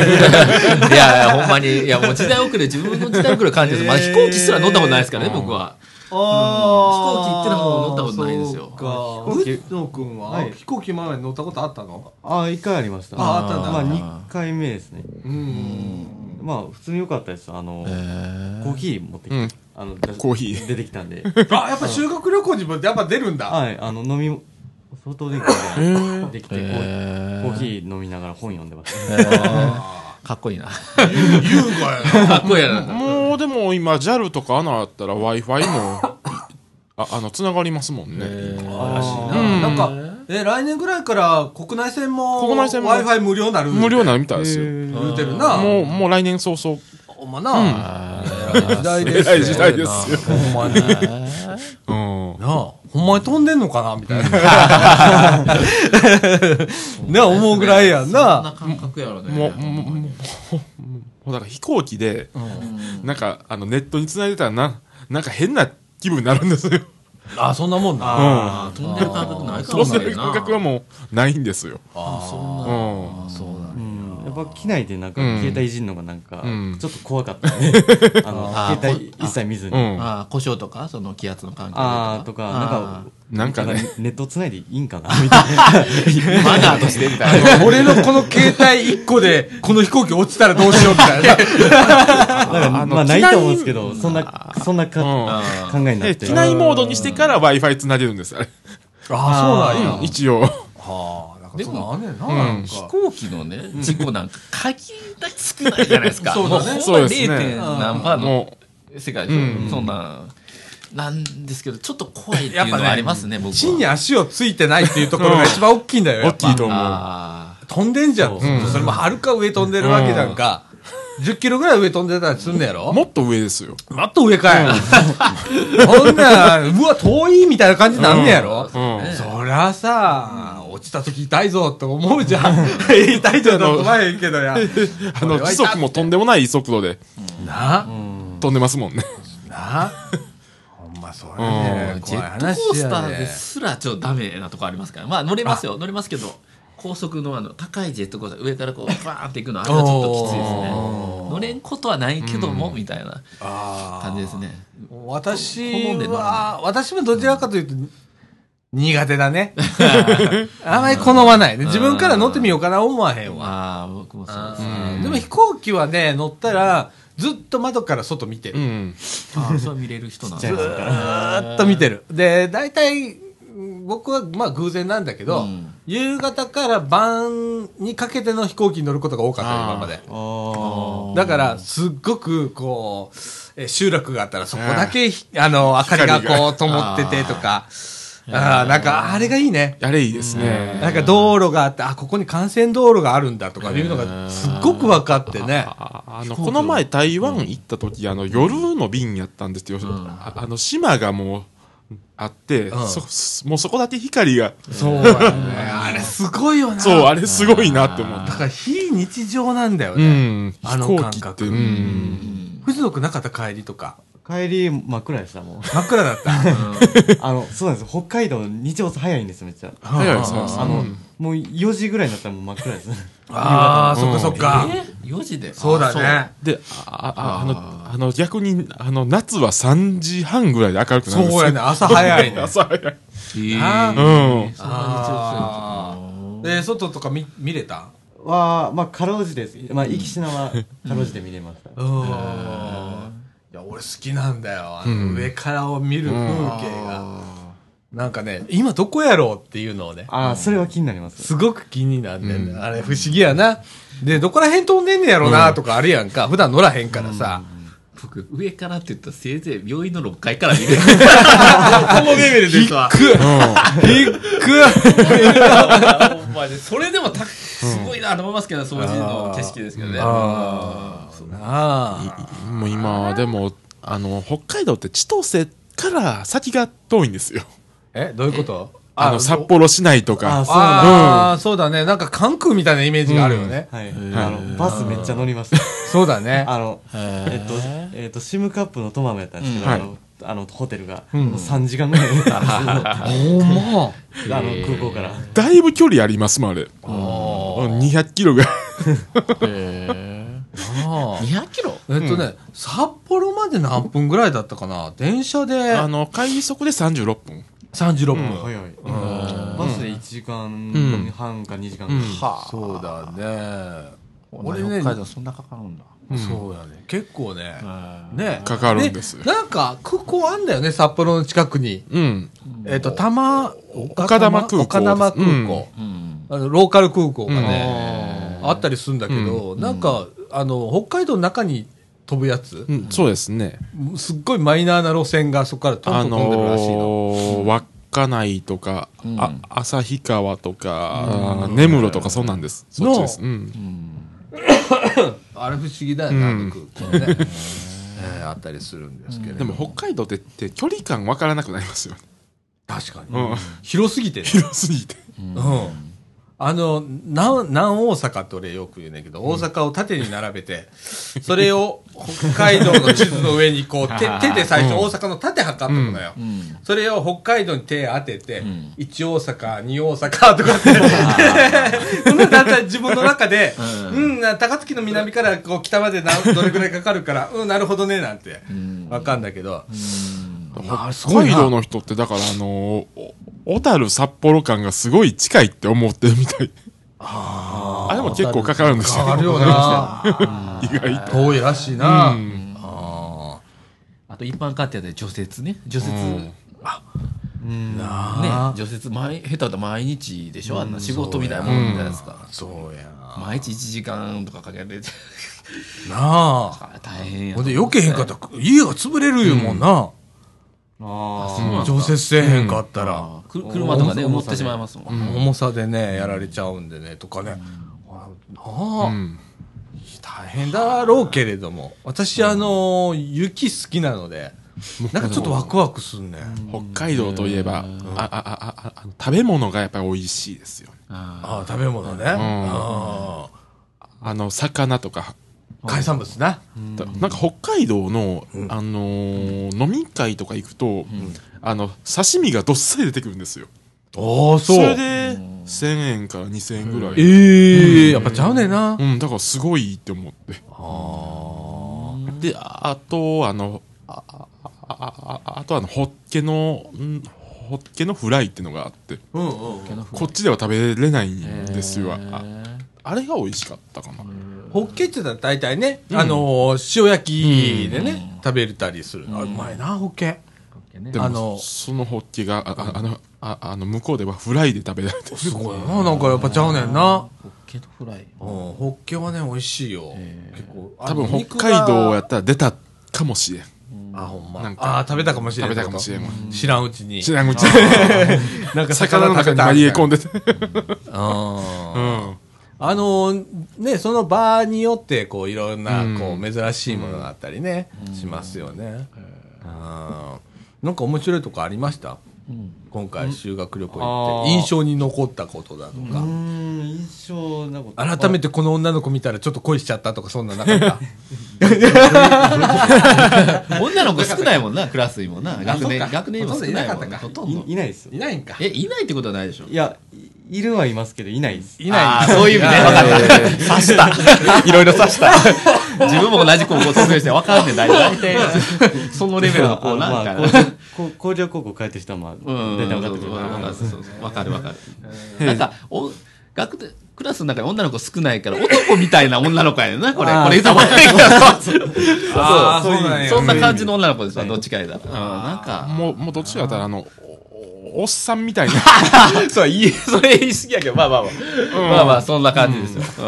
[SPEAKER 3] や いや、ほんまに、いや、もう時代遅れ、自分の時代遅れを感じる。まあ、飛行機すら乗ったことないですからね、僕は。
[SPEAKER 1] ああ。
[SPEAKER 3] 飛行機行ってる方も乗ったことないですよ
[SPEAKER 1] そうか。うっのくんは、
[SPEAKER 2] はい
[SPEAKER 1] 飛行機前まで乗ったことあったの
[SPEAKER 2] ああ、一回ありました。
[SPEAKER 1] ああったんだ
[SPEAKER 2] まあ、二回目ですね。
[SPEAKER 1] うん。
[SPEAKER 2] まあ、普通に良かったです。あの、コーヒー持って
[SPEAKER 4] うん
[SPEAKER 2] きて、あの、だ
[SPEAKER 4] コーヒー
[SPEAKER 2] 出てきたんで。
[SPEAKER 1] あ、やっぱ修学旅行にもやっぱ出るんだ。
[SPEAKER 2] はい、あの、飲み、相当できて、できて、コーコーヒー飲みながら本読んでました。
[SPEAKER 3] かっこいいな。
[SPEAKER 1] 優雅やな。
[SPEAKER 3] かっこいいな。
[SPEAKER 4] もうでも今 JAL とか ANA だったら w i f i もああのつながりますもんね、
[SPEAKER 1] あーなんか、え、来年ぐらいから国内線も、
[SPEAKER 4] 国内線も
[SPEAKER 1] Wi-Fi 無料なる。
[SPEAKER 4] 無料なみたいですよ、
[SPEAKER 1] 言うてるな。
[SPEAKER 4] もうもう来年早々
[SPEAKER 1] ほんまな。時代です
[SPEAKER 4] 偉
[SPEAKER 1] よ
[SPEAKER 4] い時代ですよ、
[SPEAKER 1] ほんまに。な
[SPEAKER 4] うん、
[SPEAKER 1] あ、ほんまに飛んでんのかなみたいな。ね、思うぐらいやん
[SPEAKER 3] そん
[SPEAKER 1] な。
[SPEAKER 3] な感覚やろね。
[SPEAKER 4] もうもうもうもうもうだから飛行機で、なんかあのネットにつないでたらななんか変な気分になるんですよ、
[SPEAKER 1] あ、そんなもんな。
[SPEAKER 4] うん、
[SPEAKER 3] あ飛んでる感覚ないか
[SPEAKER 4] そう
[SPEAKER 3] も
[SPEAKER 4] す
[SPEAKER 3] し
[SPEAKER 4] る
[SPEAKER 3] れんな
[SPEAKER 4] 感覚はもうないんですよ、
[SPEAKER 3] あそ
[SPEAKER 4] うん
[SPEAKER 3] な。
[SPEAKER 4] ん、
[SPEAKER 3] そうな
[SPEAKER 2] うんんやっぱ機内でなんか
[SPEAKER 4] うん
[SPEAKER 2] 携帯いじんのがなんか
[SPEAKER 4] うん
[SPEAKER 2] ちょっと怖かったんで、あ
[SPEAKER 3] あー
[SPEAKER 2] の携帯一切見ずに、
[SPEAKER 4] う
[SPEAKER 2] あ
[SPEAKER 4] ん
[SPEAKER 3] あー故障とか、その気圧の関係
[SPEAKER 2] あーとかなんか
[SPEAKER 4] なんかね
[SPEAKER 2] ネットつないでいいんかなみたいな
[SPEAKER 3] あーマナーとしてみたいな。
[SPEAKER 1] 俺のこの携帯1個で、この飛行機落ちたらどうしようみ たいな。
[SPEAKER 2] なんかまあないと思うんですけどそんなそんなか
[SPEAKER 4] う
[SPEAKER 2] 考えになっ
[SPEAKER 4] で
[SPEAKER 2] て
[SPEAKER 4] 機内モードにしてから w i f i つなげるんですあれ
[SPEAKER 1] あ、そうなんや。
[SPEAKER 4] 一応
[SPEAKER 1] はあ、なんか
[SPEAKER 3] で
[SPEAKER 1] そ
[SPEAKER 3] も
[SPEAKER 1] んなんあんねんな。
[SPEAKER 4] ん
[SPEAKER 1] なん
[SPEAKER 3] 飛
[SPEAKER 1] か
[SPEAKER 3] 行機のね、事故なんか、限りなく少ないじゃないですか。
[SPEAKER 1] そうだね
[SPEAKER 3] も
[SPEAKER 4] そう
[SPEAKER 3] ほん
[SPEAKER 4] で
[SPEAKER 3] ま
[SPEAKER 4] すね
[SPEAKER 3] 0. 何パーの
[SPEAKER 4] も
[SPEAKER 3] 世界でしょ、そんなんなんですけどちょっと怖いっていうのはありますね僕は
[SPEAKER 1] 地に足をついてないっていうところが一番大きいんだよ。
[SPEAKER 4] う
[SPEAKER 1] や
[SPEAKER 4] 大
[SPEAKER 1] っぱ
[SPEAKER 4] きいと思う
[SPEAKER 3] あ
[SPEAKER 1] 飛んでんじゃん。ずっとそれもはるか上飛んでるわけじゃんか。10キロぐらい上飛んでたらすんねやろ
[SPEAKER 4] もっと上ですよ
[SPEAKER 1] もっと上かい。 ほんなら、うわ、遠いみたいな感じになんねやろ
[SPEAKER 4] うん
[SPEAKER 1] そりゃさ、落ちた時痛いぞって思うじゃん。痛いじゃん、と前へんけどや。
[SPEAKER 4] あの時速もとんでもない速度で
[SPEAKER 1] な、
[SPEAKER 4] 飛んでますもんね。
[SPEAKER 1] な。 ほんま、それ
[SPEAKER 3] あ
[SPEAKER 1] ね、
[SPEAKER 3] ジ
[SPEAKER 1] 怖
[SPEAKER 3] ェ
[SPEAKER 1] い
[SPEAKER 3] ットコー
[SPEAKER 1] 話
[SPEAKER 3] ス
[SPEAKER 1] や
[SPEAKER 3] ターで
[SPEAKER 1] ね。
[SPEAKER 3] すらちょっとダメなとこありますからまあ乗れますよ乗れますけど高速のあの高いジェットコースター上からこうバーンっていくのあれはちょっときついですね乗れんことはないけども、みたいな感じですね
[SPEAKER 1] 私
[SPEAKER 3] 好んで乗ら
[SPEAKER 1] は、私もどちらかというと、苦手だ ね。あまり好まないね。自分から乗ってみようかな思わへんわ。
[SPEAKER 3] ああ僕もそうですね
[SPEAKER 1] でも飛行機はね、乗ったら、ずっと窓から外見てる
[SPEAKER 4] う。ん。
[SPEAKER 3] ああそれは見れる人なんだ
[SPEAKER 1] ずーっと見てる。で、大体、僕はまあ偶然なんだけど、
[SPEAKER 3] うん
[SPEAKER 1] 夕方から晩にかけての飛行機に乗ることが多かった
[SPEAKER 4] あー
[SPEAKER 1] 今まで。
[SPEAKER 2] あ
[SPEAKER 1] だから、すっごく、こう、えー集落があったらそこだけひ、あの、明かりがこう、灯っててとか、あーなんか、あれがいいね。
[SPEAKER 4] あれいいですね。
[SPEAKER 1] なんか道路があって、あ、ここに幹線道路があるんだとかいうのがすっごく分かってね。
[SPEAKER 4] ああの、この前台湾行った時、あの、夜の便やったんですよ。ああの、島がもう、あって、
[SPEAKER 1] ん
[SPEAKER 4] そ、もうそこだけ光が、
[SPEAKER 1] そうだね。あれすごいよな。
[SPEAKER 4] そう、あれすごいなって思っ
[SPEAKER 1] だ
[SPEAKER 4] た。
[SPEAKER 1] から非日常なんだよ
[SPEAKER 4] う
[SPEAKER 1] ね。
[SPEAKER 4] ん。
[SPEAKER 1] あ
[SPEAKER 4] 飛
[SPEAKER 1] の
[SPEAKER 4] 行
[SPEAKER 1] 感
[SPEAKER 4] 機って、
[SPEAKER 1] 覚
[SPEAKER 4] うん。
[SPEAKER 1] 藤野くんなかった帰りとか。
[SPEAKER 2] 帰り真っ暗でしたもう
[SPEAKER 1] 真っ暗 だった。
[SPEAKER 2] あのそうなんです北海道日没早いんですめっちゃ
[SPEAKER 4] 早いですね。
[SPEAKER 2] あの、もう4時ぐらいになったらもう真っ暗です。
[SPEAKER 1] ああ、そっかそっか。
[SPEAKER 3] え4時で
[SPEAKER 1] そうだね。
[SPEAKER 4] で、あああの、あの、逆に、あの、夏は3時半ぐらいで明るくな
[SPEAKER 1] そ
[SPEAKER 4] るん
[SPEAKER 1] う
[SPEAKER 4] です
[SPEAKER 1] やね。朝早いね。
[SPEAKER 4] 朝早い。
[SPEAKER 3] そうへえ
[SPEAKER 1] あ
[SPEAKER 4] うん。
[SPEAKER 3] そんな
[SPEAKER 1] あ
[SPEAKER 3] に強く
[SPEAKER 1] で、外とか見見れた
[SPEAKER 2] は、まあ、かろうじです。まあ、生き品はかろうじて見れました。
[SPEAKER 1] うん。いや、俺好きなんだよ。あの上からを見る風景が。なんかね、今どこやろうっていうのをね、
[SPEAKER 2] ああ、それは気になります。
[SPEAKER 1] すごく気になってんだよあれ不思議やな。で、どこら辺飛んでんねやろなとかあるやんか。普段乗らへんからさ。
[SPEAKER 3] 僕上からって言ったらせいぜい病院の6階から見る
[SPEAKER 1] このレベルでさ。ひっくひっく
[SPEAKER 3] ほんまにそれでもたすごいなと思いますけど掃除の景色ですけどね
[SPEAKER 1] あーなあ。
[SPEAKER 4] もう今、でも、あの、北海道って千歳から先が遠いんですよ。
[SPEAKER 1] え、どういうこと
[SPEAKER 4] あの、札幌市内とか。
[SPEAKER 2] そうなん
[SPEAKER 1] ああ、そうだね。なんか関空みたいなイメージがあるよね。
[SPEAKER 2] はい。あの、バスめっちゃ乗りました。
[SPEAKER 1] そうだね。
[SPEAKER 2] あの、えっと、えっと、シムカップのトマムやったんですけど、
[SPEAKER 4] うん
[SPEAKER 2] あの、あのホテルが、もう3時間ぐらい乗ったんですけど、あ
[SPEAKER 1] ほんま。
[SPEAKER 2] の、空港から。
[SPEAKER 4] だいぶ距離ありますもん、あれ。うん200キロぐらい。
[SPEAKER 1] あー
[SPEAKER 3] 200キロ
[SPEAKER 1] えっとね、札幌まで何分ぐらいだったかな電車で
[SPEAKER 4] あの、快速で36分。
[SPEAKER 1] 36分。
[SPEAKER 2] 早い。バスで1時間半か2時間ぐらい。
[SPEAKER 1] そうだね。
[SPEAKER 3] 俺
[SPEAKER 1] 俺
[SPEAKER 3] ね
[SPEAKER 1] ね
[SPEAKER 3] 北海道そんなかかるんだ
[SPEAKER 1] そうだね。結構ね。ね。
[SPEAKER 4] かかるんですよ
[SPEAKER 1] なんか、空港あんだよね、札幌の近くに。
[SPEAKER 4] うん。
[SPEAKER 1] えっと、玉、
[SPEAKER 4] 岡玉空港
[SPEAKER 1] 岡玉空港。
[SPEAKER 3] うん
[SPEAKER 1] あのローカル空港がね、あったりするんだけど、なんか、あの、北海道の中に飛ぶやつ
[SPEAKER 4] う、んそうですね。
[SPEAKER 1] すっごいマイナーな路線がそこからト
[SPEAKER 4] あ
[SPEAKER 1] ントン飛んでるらしいの。
[SPEAKER 4] のー、稚内とか、あ旭川とか、あー根室とかそうなんです。そっちです。うん。
[SPEAKER 1] あれ不思議だよね、あの空港 ね。えーあったりするんですけれ
[SPEAKER 4] で
[SPEAKER 1] ど
[SPEAKER 4] も北海道ってって距離感わからなくなりますよね。
[SPEAKER 1] 確かに。
[SPEAKER 4] うん。
[SPEAKER 1] 広すぎてね。
[SPEAKER 4] 広すぎて。
[SPEAKER 1] うん。あの、南、南大阪って俺よく言うねんだけど、大阪を縦に並べて、それを北海道の地図の上にこう、手手で最初大阪の縦測っとくのよ。
[SPEAKER 3] うん
[SPEAKER 1] それを北海道に手当てて、
[SPEAKER 3] ん
[SPEAKER 1] 1大阪、2大阪とかって、うんだんだん自分の中で、
[SPEAKER 3] う
[SPEAKER 1] うん、な高槻の南からこう北までなどれくらいかかるから、うん、なるほどね、なんて、わかんだけど、あす
[SPEAKER 4] 北海道の人ってだからあのー、お小樽札幌間がすごい近いって思ってるみたい。ああ。でも結構かかるんですよ。
[SPEAKER 1] あるよな。
[SPEAKER 4] 意外と。
[SPEAKER 1] 遠いらしいな。
[SPEAKER 4] うん
[SPEAKER 1] あ
[SPEAKER 3] あと一般家庭で除雪ね除雪
[SPEAKER 4] うん
[SPEAKER 2] うん
[SPEAKER 3] ね
[SPEAKER 1] あ、
[SPEAKER 3] 除雪毎下手だと毎日でしょあんな仕事みたいなもんじゃないですか
[SPEAKER 1] そうやな。
[SPEAKER 3] 毎日1時間とかかけて
[SPEAKER 1] なあ。
[SPEAKER 3] あ大変や
[SPEAKER 1] ほんで、避けへんかったら、家が潰れるよもんな。
[SPEAKER 2] あ
[SPEAKER 3] そうなんだ
[SPEAKER 1] 常設せえへんかったら。
[SPEAKER 3] あーく車とかね埋
[SPEAKER 2] 重さ
[SPEAKER 3] もってしまいますもん
[SPEAKER 1] 重さでね、やられちゃうんでね、とかね。あなあ、
[SPEAKER 4] うん
[SPEAKER 1] 大変だろうけれども。私、あのー雪好きなので、なんかちょっとワクワクすんね。
[SPEAKER 4] 北海道といえば、あ、あ、あ、あ、あの食べ物がやっぱり美味しいですよね。
[SPEAKER 3] あ
[SPEAKER 1] ああ、食べ物ね。あ
[SPEAKER 4] あの、魚とか。
[SPEAKER 1] あ海産物な。
[SPEAKER 4] なんか北海道の、あのー飲み会とか行くと、あの、刺身がどっさり出てくるんですよ。
[SPEAKER 1] ああ、
[SPEAKER 4] そ
[SPEAKER 1] そう。
[SPEAKER 4] れで、1000円から2000円ぐらい。
[SPEAKER 1] ええやっぱちゃうねんな。
[SPEAKER 4] うん、だからすごいって思って。で、ああと、あの、ああああああとあの、ホッケの、んホッケのフライってのがあって、
[SPEAKER 1] うんうん。
[SPEAKER 4] こっちでは食べれないんですよ。ああれが美味しかったかな。
[SPEAKER 1] ホッケって言ったら大体ね、あのー塩焼きでね、食べれたりする。あうまいな、ホッケ。
[SPEAKER 4] で
[SPEAKER 1] あの
[SPEAKER 4] も、そのホッケが、あああの、ああの、向こうではフライで食べられてる。
[SPEAKER 1] すごいな、なんかやっぱちゃうねんな。
[SPEAKER 3] ホッケとフライ
[SPEAKER 1] うん、ホッケはね、美味しいよ。結構。
[SPEAKER 4] 多分北海道やったら出たかもしれん。
[SPEAKER 1] あ、ほんま。
[SPEAKER 4] なんか
[SPEAKER 1] あー食べたかもしれん。
[SPEAKER 4] 食べたかもしれんわ
[SPEAKER 1] う知らんうちに。
[SPEAKER 4] 知らんうちに。
[SPEAKER 1] なんか
[SPEAKER 4] 魚の中に
[SPEAKER 1] た
[SPEAKER 4] 紛れ込んでて。
[SPEAKER 1] あ
[SPEAKER 4] う
[SPEAKER 1] ー
[SPEAKER 4] ん。
[SPEAKER 1] あのー、ね、その場によって、こう、いろんな
[SPEAKER 4] うん、
[SPEAKER 1] こう、珍しいものがあったりね、しますよね。あーなんか面白いとこありました今回修学旅行行って、
[SPEAKER 2] あー
[SPEAKER 1] 印象に残ったことだと
[SPEAKER 2] う
[SPEAKER 1] か。
[SPEAKER 2] ん、印象なこと。
[SPEAKER 1] 改めてこの女の子見たらちょっと恋しちゃったとか、そんなんな かった。
[SPEAKER 3] 女の子少ないもんなクラスにもな学
[SPEAKER 1] そう
[SPEAKER 3] 年
[SPEAKER 1] か
[SPEAKER 3] 学年にも少ないもん
[SPEAKER 1] ほとんどいなかったか
[SPEAKER 3] ほとんど
[SPEAKER 2] いいないですよ。
[SPEAKER 1] いないんか。
[SPEAKER 3] えいないってことはないでしょ
[SPEAKER 2] いや、いいるはいますけど、いないです。
[SPEAKER 5] いない
[SPEAKER 3] そういう意味ね。分かった。刺 した。いろいろ刺した。自分も同じ高校卒業して分かんねえ。大体、そのレベルの子
[SPEAKER 2] ま
[SPEAKER 3] な、みた
[SPEAKER 2] あ
[SPEAKER 3] い
[SPEAKER 2] ま
[SPEAKER 3] な
[SPEAKER 2] あ。工場 工場高校帰ってる人は、まあ、
[SPEAKER 3] うん。
[SPEAKER 2] 大体分かってくるかな
[SPEAKER 3] わかるわかる。なんか、お、学で、クラスの中に女の子少ないから、男みたいな女の子やねんな、これ。これ言うと思ってんけど。
[SPEAKER 5] あーそうなんや
[SPEAKER 3] そんな感じの女の子ですわ、どっちかいうたら。うん、なんか、
[SPEAKER 4] もう、もうどっちかやったら、あの、おおっさんみたいな。
[SPEAKER 3] そう、いい、 それ言い過ぎやけど、まあまあまあ。まあまあ、そんな感じですよ。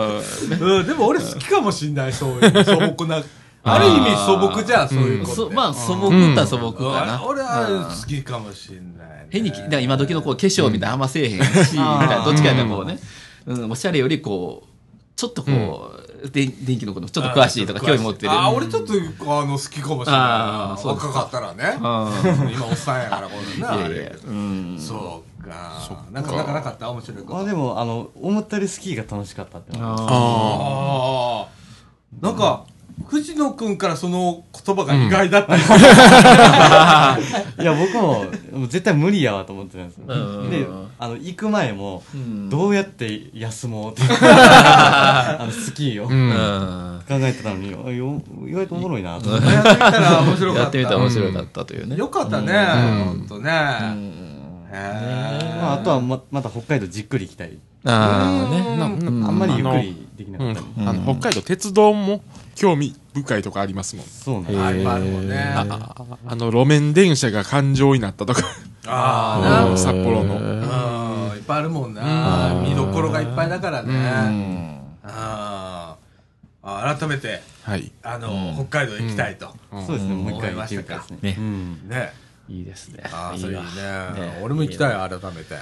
[SPEAKER 3] うん
[SPEAKER 1] うん、でも俺好きかもしんない、そういう素朴 な。ある意味素朴じゃん、そういう子
[SPEAKER 3] そ
[SPEAKER 1] って。
[SPEAKER 3] まあ、素朴ったら素朴
[SPEAKER 1] うん
[SPEAKER 3] かな。
[SPEAKER 1] 俺
[SPEAKER 3] うん
[SPEAKER 1] は好きかもしんないね。
[SPEAKER 3] 変に、だから今時のこう化粧みたいなあんませえへんし、みたいなどっちかやったらこうね、うん、おしゃれよりこう、ちょっとこう、で電気のこともちょっと詳しいとか興味持ってる。
[SPEAKER 1] あー、俺ちょっと、あの、好きかもしれ
[SPEAKER 3] あー
[SPEAKER 1] ない。
[SPEAKER 3] そうです
[SPEAKER 1] 若かったらね。今、おっさんやから、こんな。
[SPEAKER 3] いやいや、うん。
[SPEAKER 1] そうか。なんか、なんかなかった面白いこ
[SPEAKER 2] まあ
[SPEAKER 1] と。
[SPEAKER 2] でも、あの、思ったよりスキーが楽しかったっていうのは
[SPEAKER 4] あ
[SPEAKER 1] ああ。なんか、藤野くんからその言葉が意外だったりする
[SPEAKER 2] いや、僕も、もう絶対無理やわと思ってたんですよ。
[SPEAKER 3] ん
[SPEAKER 2] で、あの、行く前も、
[SPEAKER 3] ん
[SPEAKER 2] どうやって休もうって、あの、スキーを
[SPEAKER 4] う
[SPEAKER 2] 考
[SPEAKER 4] ん。
[SPEAKER 3] うん
[SPEAKER 2] えてたのに、あよ意外とおもろいなと思って。
[SPEAKER 1] やってみたら面白か
[SPEAKER 3] やっ
[SPEAKER 1] って
[SPEAKER 3] みたら
[SPEAKER 1] た。
[SPEAKER 3] 面白かったというね。
[SPEAKER 1] よかったね。ほんとね。
[SPEAKER 2] まあ、あとはままた北海道じっくり行きたい。
[SPEAKER 3] ああね。
[SPEAKER 4] なな
[SPEAKER 2] あんまりゆっく
[SPEAKER 4] あの
[SPEAKER 2] りできな
[SPEAKER 4] う
[SPEAKER 2] かっ
[SPEAKER 4] ん
[SPEAKER 2] たり。
[SPEAKER 4] あの北海道鉄道も興味深いとかありますもん。
[SPEAKER 2] そうなん
[SPEAKER 1] へーあい
[SPEAKER 2] です
[SPEAKER 1] っぱいあるもんね。
[SPEAKER 4] ああの、路面電車が環状になったとか、
[SPEAKER 1] あ
[SPEAKER 4] あ
[SPEAKER 1] あ
[SPEAKER 4] の札幌の。
[SPEAKER 1] な。うん。いっぱいあるもんな。見どころがいっぱいだからね。あーあ。改めて、
[SPEAKER 4] はい。
[SPEAKER 1] あの、北海道行きたいと。
[SPEAKER 2] そうですね、もう
[SPEAKER 1] 思
[SPEAKER 2] 一回
[SPEAKER 1] い
[SPEAKER 2] 行
[SPEAKER 1] ま
[SPEAKER 2] って
[SPEAKER 1] し
[SPEAKER 2] み
[SPEAKER 1] た
[SPEAKER 2] たい
[SPEAKER 1] か
[SPEAKER 2] ですね。
[SPEAKER 3] ね
[SPEAKER 2] うん
[SPEAKER 1] ね。
[SPEAKER 3] いいですね。
[SPEAKER 1] ああ、
[SPEAKER 3] い
[SPEAKER 1] そ
[SPEAKER 3] い
[SPEAKER 1] れいい
[SPEAKER 3] わ
[SPEAKER 1] ね。俺も行きたい、改めて。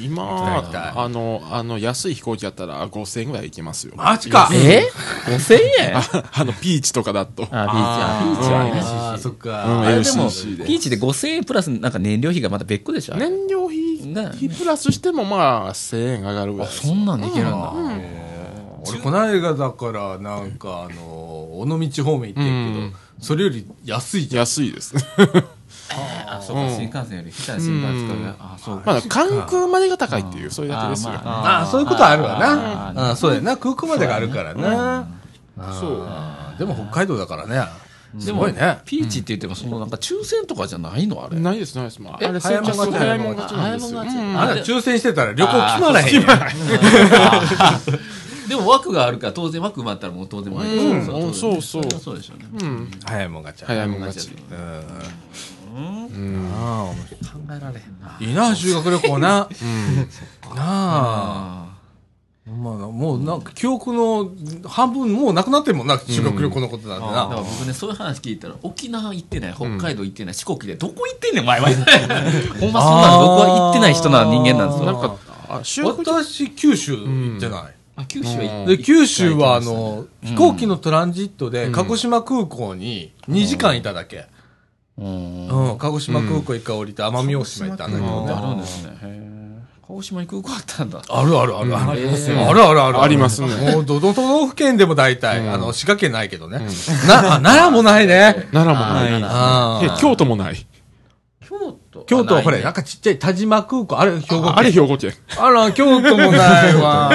[SPEAKER 4] 今
[SPEAKER 1] 行きたい行きたい
[SPEAKER 4] あの、あの、安い飛行機やったら5000円ぐらい行けますよ。
[SPEAKER 1] マジか
[SPEAKER 3] え ?5000 円
[SPEAKER 4] ああの、ピーチとかだと。
[SPEAKER 3] あ、ビーチ、あビーチはね。
[SPEAKER 1] ああ、そっか。
[SPEAKER 4] うん
[SPEAKER 3] あれでも
[SPEAKER 4] LCC で、
[SPEAKER 3] ビーチで5000円プラスなんか燃料費がまた別個でしょ
[SPEAKER 4] 燃料費
[SPEAKER 3] ね
[SPEAKER 4] 費プラスしてもまあ1000円上がるぐらいです
[SPEAKER 3] そんなんでいけるんだ。
[SPEAKER 1] 俺この間だからなんかあの尾道方面行って
[SPEAKER 4] う
[SPEAKER 1] る
[SPEAKER 4] ん
[SPEAKER 1] けどそれより安いじゃん
[SPEAKER 4] 安いです。
[SPEAKER 3] あ、そうか、新幹線より、北に新幹線から。あ、そうか。
[SPEAKER 4] まあ、関空までが高いっていう、それだけですよ。
[SPEAKER 3] あま
[SPEAKER 1] ああそういうことあるわ
[SPEAKER 3] あ
[SPEAKER 1] なあそうやな空港までがあるからなそうでも北海道だからねすごいね
[SPEAKER 3] ピーチって言っても、そのなんか抽選とかじゃないのあれ。
[SPEAKER 4] ないです、ないです。まあ、
[SPEAKER 3] え
[SPEAKER 4] あれ、
[SPEAKER 1] 早いもん勝ち
[SPEAKER 4] 早いもん勝ちなんですよ。
[SPEAKER 3] 早いもん勝ち
[SPEAKER 4] うん
[SPEAKER 1] あんた抽選してたら旅行決まらへんよ
[SPEAKER 3] でも枠があるから、当然枠埋まったらもう当然入ってくる
[SPEAKER 4] うんそうそう
[SPEAKER 3] れはそうでしょうね。
[SPEAKER 1] 早いもんがちゃう
[SPEAKER 4] 早いもん勝ち。
[SPEAKER 3] 考えられへんな。
[SPEAKER 1] いいな修学旅行 ななあまあもうなんか記憶の半分もうなくなってるもんな修学旅行のことなんて
[SPEAKER 3] だか
[SPEAKER 1] な
[SPEAKER 3] ら僕ね、そういう話聞いたら、沖縄行ってない、北海道行ってない、四国行ってない、どこ行ってんねん、お前は。 ほんまそうなの、僕は行ってない人な人間なんです
[SPEAKER 4] なん
[SPEAKER 3] よ。
[SPEAKER 4] か、あ修学旅行
[SPEAKER 1] 私九州行ってない
[SPEAKER 3] あ九州は行っ
[SPEAKER 1] で九州はあの、飛行機のトランジットで鹿児島空港に2時間いただけ、うん鹿児島空港一回降りて奄美大島行ったんだけどね、
[SPEAKER 3] あるんですね。へえ鹿児島に空港あったんだ。
[SPEAKER 1] あるあるあるある、
[SPEAKER 3] りますよ
[SPEAKER 1] あるあるある
[SPEAKER 4] ありますね
[SPEAKER 1] もうどど都道府県でも大体、あの滋賀県ないけどね、なあ奈良もないね
[SPEAKER 4] 奈良もない。
[SPEAKER 3] あ
[SPEAKER 1] あ
[SPEAKER 4] いや京都もない。
[SPEAKER 3] 京都
[SPEAKER 1] 京都はほれ、
[SPEAKER 3] ない
[SPEAKER 1] な
[SPEAKER 3] ね
[SPEAKER 1] んかちっちゃい田島空港あれ兵庫県
[SPEAKER 4] あれ、兵庫県。
[SPEAKER 1] あら京都もない わ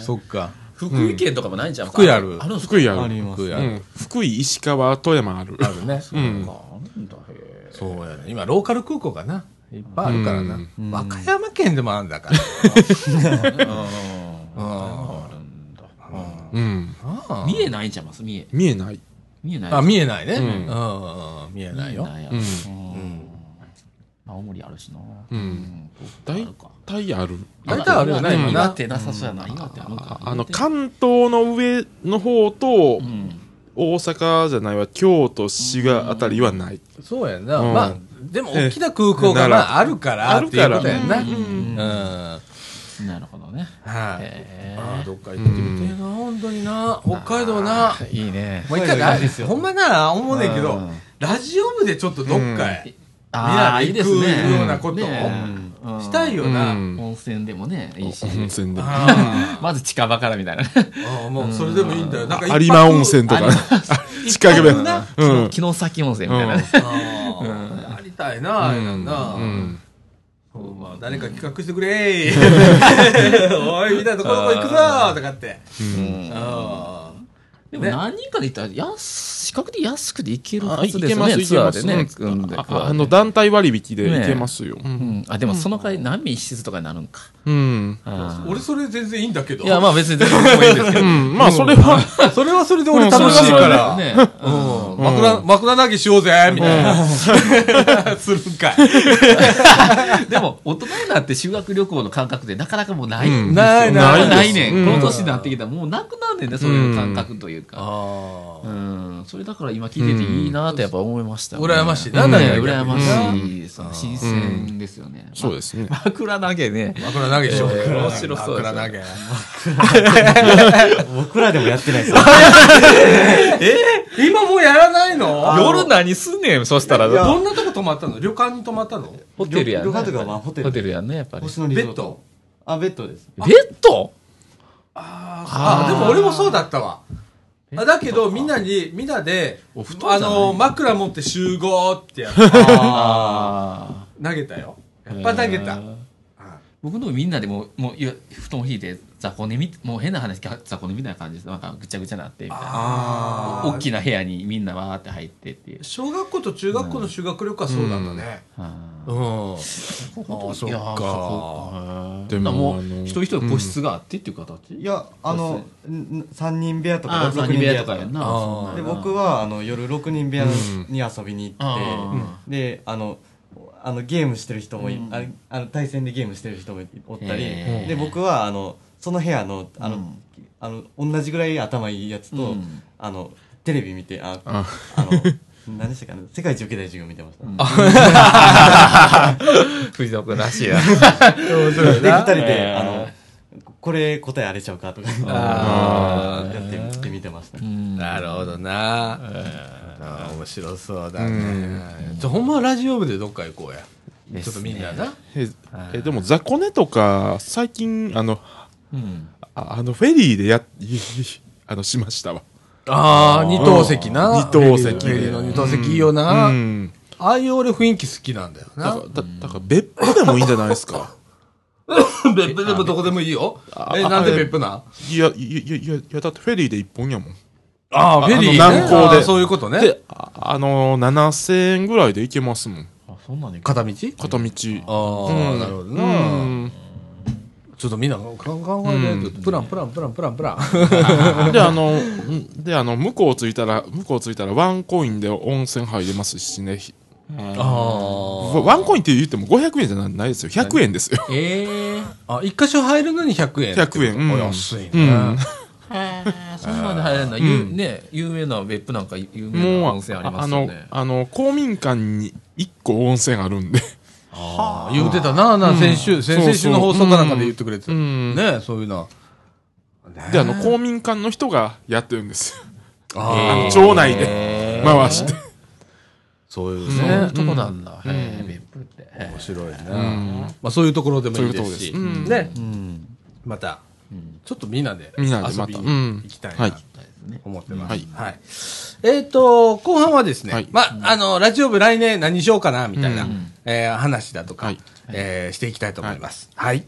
[SPEAKER 1] そっか
[SPEAKER 3] 福井県とかもないんじゃん。
[SPEAKER 1] 福井ある
[SPEAKER 3] あるんすか
[SPEAKER 4] 福井あ
[SPEAKER 2] あ
[SPEAKER 4] る。
[SPEAKER 2] ります。
[SPEAKER 1] 福井あ
[SPEAKER 4] う
[SPEAKER 1] る、
[SPEAKER 4] ん福井、石川、富山ある。
[SPEAKER 1] あるね
[SPEAKER 4] うん。
[SPEAKER 3] あるんだ、へえ。
[SPEAKER 1] そうやね。今、ローカル空港がな。いっぱいあるからな
[SPEAKER 4] うん。
[SPEAKER 1] 和歌山県でもあるんだから。
[SPEAKER 4] うん。
[SPEAKER 3] 三重ないんちゃいます三重。
[SPEAKER 4] 見えない。
[SPEAKER 3] 三重ない。
[SPEAKER 1] あ、見えないね。うん
[SPEAKER 4] ん
[SPEAKER 1] うんうん。見えないよ。
[SPEAKER 3] ないやろ
[SPEAKER 4] うん。
[SPEAKER 3] 青森あるしな。
[SPEAKER 4] うん。
[SPEAKER 3] 東
[SPEAKER 4] 大
[SPEAKER 3] 京あるか
[SPEAKER 4] 体ある。
[SPEAKER 1] 大体あるよね、今
[SPEAKER 3] 岩
[SPEAKER 1] な。
[SPEAKER 3] 手なさそうやな。岩手あるんか。
[SPEAKER 4] あの、関東の上の方と、大阪じゃないわ、京都、滋賀あたりはない。
[SPEAKER 1] そうやんな。
[SPEAKER 4] うん
[SPEAKER 1] まあ、でも大きな空港が
[SPEAKER 4] ええ
[SPEAKER 1] まああるから、
[SPEAKER 4] あ
[SPEAKER 1] っ
[SPEAKER 4] る
[SPEAKER 1] てい
[SPEAKER 4] か
[SPEAKER 1] う
[SPEAKER 4] ら
[SPEAKER 1] ことやんな。うん。は
[SPEAKER 3] なるほどね。
[SPEAKER 1] い。あ
[SPEAKER 3] へ
[SPEAKER 1] あ、どっか行ってみてえな、本当にな。北海道な。
[SPEAKER 3] え。いいね。
[SPEAKER 1] もう一回
[SPEAKER 2] いい
[SPEAKER 1] な
[SPEAKER 2] ですよ
[SPEAKER 1] ほんまな、思うねんけ
[SPEAKER 3] う
[SPEAKER 1] ど
[SPEAKER 3] ん、
[SPEAKER 1] ラジオ部でちょっとどっかへ、みん
[SPEAKER 3] あ
[SPEAKER 1] な
[SPEAKER 3] あ、
[SPEAKER 1] で
[SPEAKER 3] いいで
[SPEAKER 1] 行く
[SPEAKER 3] すね。
[SPEAKER 1] ようなことを
[SPEAKER 3] ねえ
[SPEAKER 1] したいよな。
[SPEAKER 4] うん
[SPEAKER 3] 温泉でもね、いいし。
[SPEAKER 4] 温泉で。
[SPEAKER 1] あ
[SPEAKER 3] まず近場からみたいなね。
[SPEAKER 1] あ、もうそれでもいいんだよ。なんか一泊
[SPEAKER 4] 有馬温泉とか。 近くで。うん。
[SPEAKER 3] 城崎温泉みたいなね。
[SPEAKER 1] ああやりたいな、あれなんな。
[SPEAKER 4] うん。
[SPEAKER 1] まあ、誰か企画してくれ ーおいみんなとこどこ行くぞーとかってあ
[SPEAKER 3] でも何人かで行ったら安、比較的安くで行けるはずです
[SPEAKER 4] あ
[SPEAKER 3] よ
[SPEAKER 4] 行け
[SPEAKER 3] ね、
[SPEAKER 4] ます
[SPEAKER 3] ツアーで
[SPEAKER 4] 行け
[SPEAKER 3] ね。
[SPEAKER 4] ます
[SPEAKER 3] 組んで
[SPEAKER 4] あああの、団体割引でいけますよ。
[SPEAKER 3] う
[SPEAKER 4] うん
[SPEAKER 3] んあ、でもその代わり難民施設とかになるんか。
[SPEAKER 4] うん。
[SPEAKER 3] あ
[SPEAKER 1] ー
[SPEAKER 3] ー
[SPEAKER 1] 俺それ全然いいんだけど
[SPEAKER 3] いや、まあ別に全然僕もいいんですけど。
[SPEAKER 4] うんまあ、それは、
[SPEAKER 1] それはそれで俺楽しい
[SPEAKER 3] それ
[SPEAKER 1] か
[SPEAKER 3] は
[SPEAKER 1] ら、
[SPEAKER 3] ね
[SPEAKER 1] うん枕枕投げしようぜみたいな、するんかい
[SPEAKER 3] でも、大人になって修学旅行の感覚ってなかなかもうない。
[SPEAKER 4] うん
[SPEAKER 1] ないな
[SPEAKER 3] ない
[SPEAKER 1] ない
[SPEAKER 3] いないね
[SPEAKER 4] うん
[SPEAKER 3] ん。この年になってきたらもうなくなんねんね、そういう感覚というか。
[SPEAKER 1] あ
[SPEAKER 3] うん。それだから今聞いてていいなってやっぱ思いましたね。
[SPEAKER 1] うん羨ましいななんや
[SPEAKER 3] ね
[SPEAKER 1] 逆に
[SPEAKER 3] 羨ましいです。新鮮ですよね。
[SPEAKER 4] そうですね。
[SPEAKER 3] 枕投げね。
[SPEAKER 1] ー枕投げしようぜ、
[SPEAKER 3] えー面白そうですね
[SPEAKER 1] 枕投げ
[SPEAKER 2] 僕らでもやってないですよ。
[SPEAKER 1] 今もうやらないの
[SPEAKER 3] 夜何すんねん、そしたら。
[SPEAKER 1] どんなとこ泊まったの旅館に泊まったの
[SPEAKER 3] ホテルやね。
[SPEAKER 2] 旅館とかまあホテル
[SPEAKER 3] ホテルやね、やっぱり。
[SPEAKER 2] 星野リ
[SPEAKER 1] ベ
[SPEAKER 2] ゾ
[SPEAKER 1] ッ
[SPEAKER 2] ート
[SPEAKER 1] ド。
[SPEAKER 2] あ、ベッドです。
[SPEAKER 3] ベッド
[SPEAKER 1] あでも俺もそうだったわあだけどみんなにみんなで
[SPEAKER 3] お布
[SPEAKER 1] あ
[SPEAKER 3] 団じゃない
[SPEAKER 1] の枕持って集合ってやって
[SPEAKER 3] あ
[SPEAKER 1] 投げたよやっぱ投げた、
[SPEAKER 3] 僕のみんなでもう、もう、いや布団を引いて、雑魚寝み、もう変な話、雑魚寝みたいな感じです。なんかぐちゃぐちゃなって、みたいな。
[SPEAKER 1] あ
[SPEAKER 3] 大きな部屋にみんなわーって入ってっていう。
[SPEAKER 1] 小学校と中学校の修学旅行はそうなんだね
[SPEAKER 3] あ
[SPEAKER 1] うん、
[SPEAKER 3] あ、そ
[SPEAKER 1] っか
[SPEAKER 4] で
[SPEAKER 3] で
[SPEAKER 4] も
[SPEAKER 3] も、も
[SPEAKER 4] あ
[SPEAKER 3] う
[SPEAKER 4] の
[SPEAKER 3] 一人一人個室があってっていう形
[SPEAKER 2] いや、あの、3人部屋と
[SPEAKER 3] あ
[SPEAKER 2] か、
[SPEAKER 3] あ、
[SPEAKER 2] 6
[SPEAKER 3] 3
[SPEAKER 2] 人
[SPEAKER 3] 人
[SPEAKER 2] 部
[SPEAKER 3] 部
[SPEAKER 2] 屋
[SPEAKER 3] 屋
[SPEAKER 2] と
[SPEAKER 3] と
[SPEAKER 2] か
[SPEAKER 3] かや
[SPEAKER 2] やっ
[SPEAKER 3] ん
[SPEAKER 2] た
[SPEAKER 3] な。
[SPEAKER 1] あー
[SPEAKER 2] で
[SPEAKER 3] そんな
[SPEAKER 2] 僕はあの夜6人部屋に遊びに行って、であのあのゲームしてる人もい、ああの対戦でゲームしてる人もおったり、
[SPEAKER 3] へー
[SPEAKER 2] で僕はあのその部屋のあの,、
[SPEAKER 3] うん
[SPEAKER 2] あの同じぐらい頭いいやつと、
[SPEAKER 3] うん
[SPEAKER 2] あのテレビ見てああ
[SPEAKER 4] あ
[SPEAKER 2] の何でしたかね世界一受けたい授業見てました、
[SPEAKER 3] 藤野君らしいな。
[SPEAKER 2] で二 人で、
[SPEAKER 3] へー
[SPEAKER 2] あのこれ答えあれちゃうかとか
[SPEAKER 1] あ
[SPEAKER 2] やってみて見てました、
[SPEAKER 1] なるほどな、あー面白そうだね、じゃあほんまはラジオ部でどっか行こうやちょっとみんなな
[SPEAKER 4] ええでも、雑魚寝とか、最近、あの、ああの、フェリーでや、 あの、しましたわ。
[SPEAKER 1] ああ二等席な
[SPEAKER 4] 二等席
[SPEAKER 1] フェリーの二等席いいよな、
[SPEAKER 4] うん。
[SPEAKER 1] ああいう俺雰囲気好きなんだよ
[SPEAKER 4] だ
[SPEAKER 1] な
[SPEAKER 4] から、だだから別府でもいいんじゃないですか。
[SPEAKER 1] 別府でもどこでもいいよ
[SPEAKER 4] あ
[SPEAKER 1] えなんで別府なん
[SPEAKER 4] いや、いや、いやいや、いや、だってフェリーで一本やもん。
[SPEAKER 1] ああ
[SPEAKER 4] フェリーねあー
[SPEAKER 1] そ
[SPEAKER 4] そう
[SPEAKER 1] いうことね
[SPEAKER 4] で、ああの、7000円ぐらいで行けますもん。
[SPEAKER 3] あ、そんなんで
[SPEAKER 1] 片道
[SPEAKER 4] 片道。
[SPEAKER 1] ああ、なるほどな、
[SPEAKER 4] うん。
[SPEAKER 1] ちょっとみんな考えないとプランプランプランプランプラン
[SPEAKER 4] で、あの、んで、あの、向こう着いたら、向こう着いたらワンコインで温泉入れますしね。ひ
[SPEAKER 1] あ
[SPEAKER 4] ワンコインって言っても500円じゃなないですよ。100円ですよ。
[SPEAKER 3] ええ。
[SPEAKER 1] あ一箇所入るのに100円
[SPEAKER 4] 100円。うん
[SPEAKER 1] お安いね、
[SPEAKER 4] うん。
[SPEAKER 3] そんなんで入れんだ。ゆね、有名な別府なんか有名な
[SPEAKER 4] も
[SPEAKER 3] 温
[SPEAKER 4] う、
[SPEAKER 3] 泉あり
[SPEAKER 4] あ
[SPEAKER 3] ま
[SPEAKER 4] あ
[SPEAKER 3] すよ
[SPEAKER 4] の
[SPEAKER 3] ね、。
[SPEAKER 4] あの、公民館に1個温泉あるん で。
[SPEAKER 1] あー言うてたなな先週、先々週の放送かなんかで言ってくれてた、
[SPEAKER 4] うん。
[SPEAKER 1] ねそういうの
[SPEAKER 4] で、あの、公民館の人がやってるんですよ。あ
[SPEAKER 1] あ
[SPEAKER 4] の
[SPEAKER 1] あ
[SPEAKER 4] 町内で回して。
[SPEAKER 1] そういう
[SPEAKER 3] そういう
[SPEAKER 1] ね、
[SPEAKER 3] とこなんだ。へえ、別府って。
[SPEAKER 1] 面白いね、
[SPEAKER 4] うん。
[SPEAKER 1] まあ、そういうところでもいいで
[SPEAKER 4] そう
[SPEAKER 1] す
[SPEAKER 4] いう
[SPEAKER 1] し
[SPEAKER 4] ところですうん
[SPEAKER 1] ね、また、ちょっとみんなで遊
[SPEAKER 4] みんなでまた
[SPEAKER 1] び
[SPEAKER 4] う
[SPEAKER 1] に
[SPEAKER 4] ん
[SPEAKER 1] 行きたい
[SPEAKER 4] は
[SPEAKER 1] ないと思ってます、
[SPEAKER 4] はい
[SPEAKER 1] はいえっ、と後半はですね、
[SPEAKER 4] はい
[SPEAKER 1] まああのラジオ部来年何しようかなみたいな、えー話だとか、
[SPEAKER 4] はい
[SPEAKER 1] えーしていきたいと思いますはい、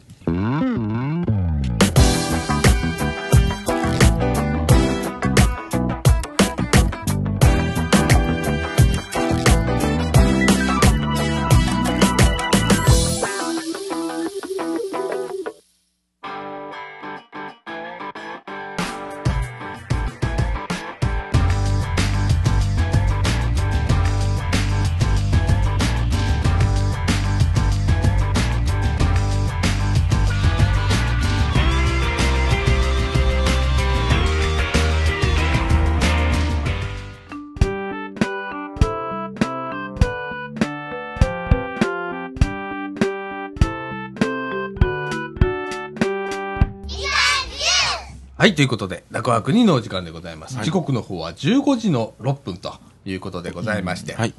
[SPEAKER 1] はい、ということで、落語にのお時間でございます。時刻の方は15時の6分ということでございまして、
[SPEAKER 4] はい。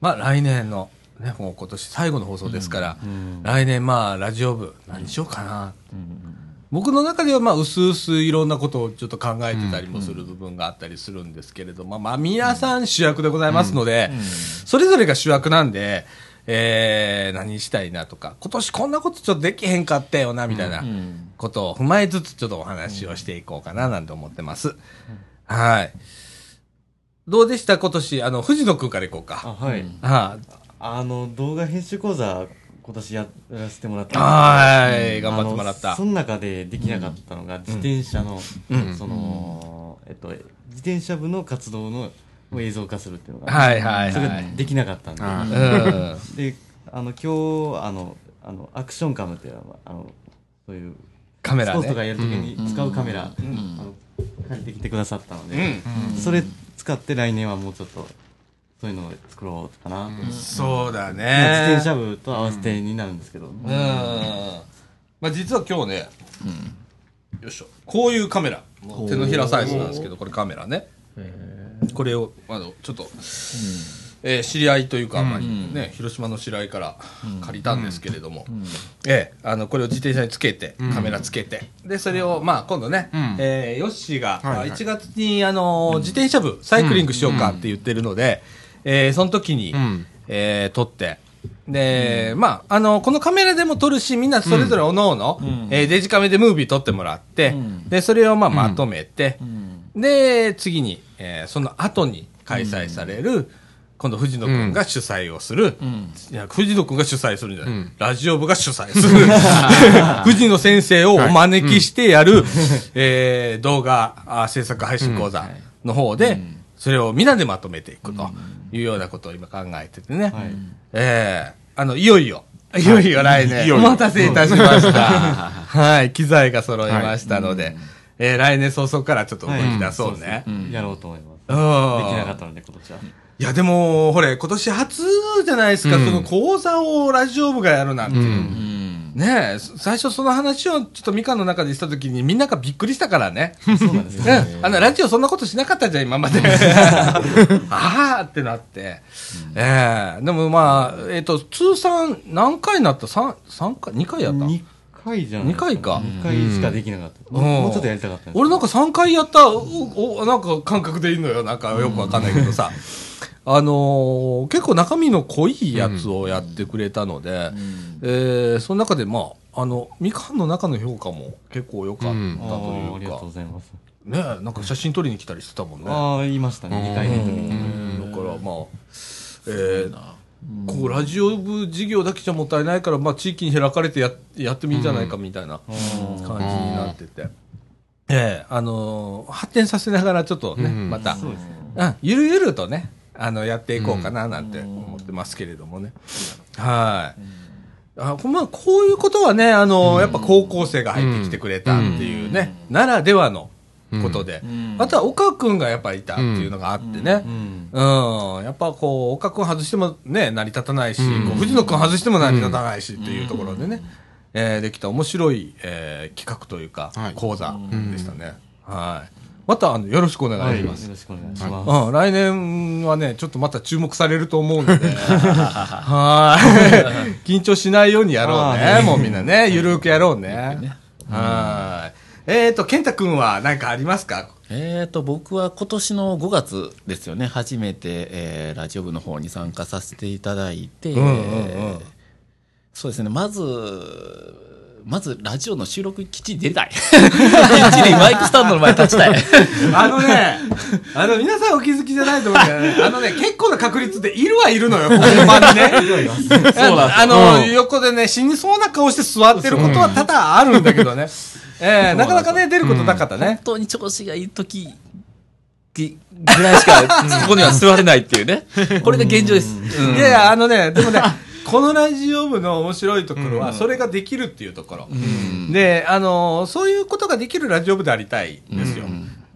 [SPEAKER 1] まあ来年の、ね、もう今年最後の放送ですから、来年まあラジオ部何しようかな。僕の中ではまあ薄々いろんなことをちょっと考えてたりもする部分があったりするんですけれども、まあ皆さん主役でございますので、それぞれが主役なんで、えー、何したいなとか、今年こんなことちょっとできへんかったよな、みたいなことを踏まえつつ、ちょっとお話をしていこうかな、なんて思ってます。はい。どうでした今年、あの、藤野くんからいこう
[SPEAKER 2] あ
[SPEAKER 1] か。
[SPEAKER 2] はい、
[SPEAKER 1] は
[SPEAKER 2] あの動画編集講座今年やらせてもらっ
[SPEAKER 1] い。
[SPEAKER 2] たんですけど
[SPEAKER 1] はい。頑張ってもらっ
[SPEAKER 2] あの
[SPEAKER 1] た
[SPEAKER 2] そ。の中でできなかったのが、自転車の、その、えっと、自転車部の活動のを映像化するっていうのが、
[SPEAKER 1] はいはい
[SPEAKER 2] それ
[SPEAKER 1] は
[SPEAKER 2] が
[SPEAKER 1] い。
[SPEAKER 2] できなかったんで、
[SPEAKER 4] あ
[SPEAKER 1] うん。
[SPEAKER 2] で、あの、今日、あの、あの、アクションカムっていうのは、あの、そういう、
[SPEAKER 1] カメ
[SPEAKER 2] ス
[SPEAKER 1] ラ
[SPEAKER 2] ポーツとか
[SPEAKER 1] ね。
[SPEAKER 2] やるときに使うカメラ、あの借りてきてくださったので、それ使って来年はもうちょっと、そういうのを作ろうかなと、自
[SPEAKER 1] そうだね。
[SPEAKER 2] 転車部と合わせてになるんですけど、
[SPEAKER 1] うん。まあ実は今日ね、よいしょ。こういうカメラ。手のひらサイズなんですけど、これカメラね。これを、あの、ちょっと、えー知り合いというか、まあね、広島の知り合いから借りたんですけれども、ええあの、これを自転車につけて、カメラつけて、で、それを、まあ、今度ね、えーヨッシーが、
[SPEAKER 4] はいはい
[SPEAKER 1] 1月に、あのー、自転車部、サイクリングしようかって言ってるので、えーその時に、
[SPEAKER 4] ん
[SPEAKER 1] えー撮って、で、まあ、あの、このカメラでも撮るし、みんなそれぞれおのおの、えーデジカメでムービー撮ってもらって、で、それをまあまとめて、で、次に、えーその後に開催される、今度藤野くんが主催をする、いや藤野くんが主催するんじゃない、ラジオ部が主催する、藤野先生をお招きしてやる、えー動画あ制作配信講座の方で、それを皆でまとめていくというようなことを今考えててね。
[SPEAKER 2] はい
[SPEAKER 1] えーあの、いよいよ、いよいよ来
[SPEAKER 4] い
[SPEAKER 1] 年、
[SPEAKER 4] よ
[SPEAKER 1] お
[SPEAKER 4] いよ
[SPEAKER 1] 待たせいたしました。はい、機材が揃いましたので、えー来年早々からちょっと動き出そうね。
[SPEAKER 2] やろうと思い
[SPEAKER 1] う
[SPEAKER 2] ます。
[SPEAKER 1] ん
[SPEAKER 2] できなかったので今年は。
[SPEAKER 1] いや、でも、ほれ、今年初じゃないですか、その講座をラジオ部がやるなんていう。ねえ、そ最初その話をちょっとみかんの中でしたときにみんながびっくりしたからね。
[SPEAKER 2] そうなんで
[SPEAKER 1] う
[SPEAKER 2] すよ。
[SPEAKER 1] ん。あの、ラジオそんなことしなかったじゃん、今 まで。ああってなって。ええでもまあ、えっ、と、通算何回になった三三回二回やった
[SPEAKER 2] 2回じゃないです
[SPEAKER 1] 二回か
[SPEAKER 2] 2回しかできなかった。
[SPEAKER 1] ん
[SPEAKER 2] もうちょっとやりたかったんですけど
[SPEAKER 1] 俺なんか3回やった、おおなんか感覚でいいのよ。なんかよくわかんないけど さ。あのー結構中身の濃いやつをやってくれたので、えーその中でまあ、あの、みかんの中の評価も結構良かったと
[SPEAKER 4] うん
[SPEAKER 2] あーあ
[SPEAKER 1] い
[SPEAKER 2] り
[SPEAKER 1] う
[SPEAKER 2] がと
[SPEAKER 1] か
[SPEAKER 2] うご、ざいます。
[SPEAKER 1] ねえなんか写真撮りに来たりしてたもんね。
[SPEAKER 2] ああ、言いましたね、2回目の時
[SPEAKER 1] う
[SPEAKER 2] に。
[SPEAKER 1] んだからまあ、えーこうラジオ部事業だけじゃもったいないから、まあ、地域に開かれてややってもいいんじゃないかみたいな感じになってて、ええあのー発展させながらちょっとね、
[SPEAKER 4] うん
[SPEAKER 1] また、
[SPEAKER 2] そうですね。
[SPEAKER 1] うんゆるゆるとねあのやっていこうかななんて思ってますけれどもね、はい。あこまあ、こういうことはね、あの、やっぱ高校生が入ってきてくれたっていうね、ならではのことで、あとは岡君がやっぱいたっていうのがあってね、うん、やっぱこう、岡君外してもね、成り立たないし、こう藤野君外しても成り立たないしっていうところでね、えーできた面白い、えー企画というか、
[SPEAKER 4] はい
[SPEAKER 1] 講座でしたね。はい。また、あの、よろしくお願いし
[SPEAKER 2] よ
[SPEAKER 1] ま
[SPEAKER 2] ろ
[SPEAKER 1] す。
[SPEAKER 2] しくお願いします。
[SPEAKER 1] うん、来年はね、ちょっとまた注目されると思う ので、はい。緊張しないようにやろう
[SPEAKER 2] あ
[SPEAKER 1] ね。もうみんなね、ゆるくやろうね。はい。えっと、健太くんは何かありますか
[SPEAKER 3] えー、と僕は今年の5月ですよね初めて、えーラジオ部の方に参加させていただいて、
[SPEAKER 1] んうんうん
[SPEAKER 3] えーそうですねまずまずラジオの収録にきっちり出たい きっちりマイクスタンドの前に 立ちたい
[SPEAKER 1] あのね、あの、皆さんお気づきじゃないと思うけどね、あのね、結構な確率でいるはいるのよ、ほんまにね。あの、横でね、死にそうな顔して座ってることは多々あるんだけどね。えーなかなかね、出ることなかった
[SPEAKER 3] 本
[SPEAKER 1] ね。
[SPEAKER 3] 当に調子がいい時ぎぐらいしかそこには座れないってい うねこれが現状です、うん
[SPEAKER 1] いやいや、あのね、でも ね、このラジオ部の面白いところは、それができるっていうところ。で、あの、そういうことができるラジオ部でありたいんですよ。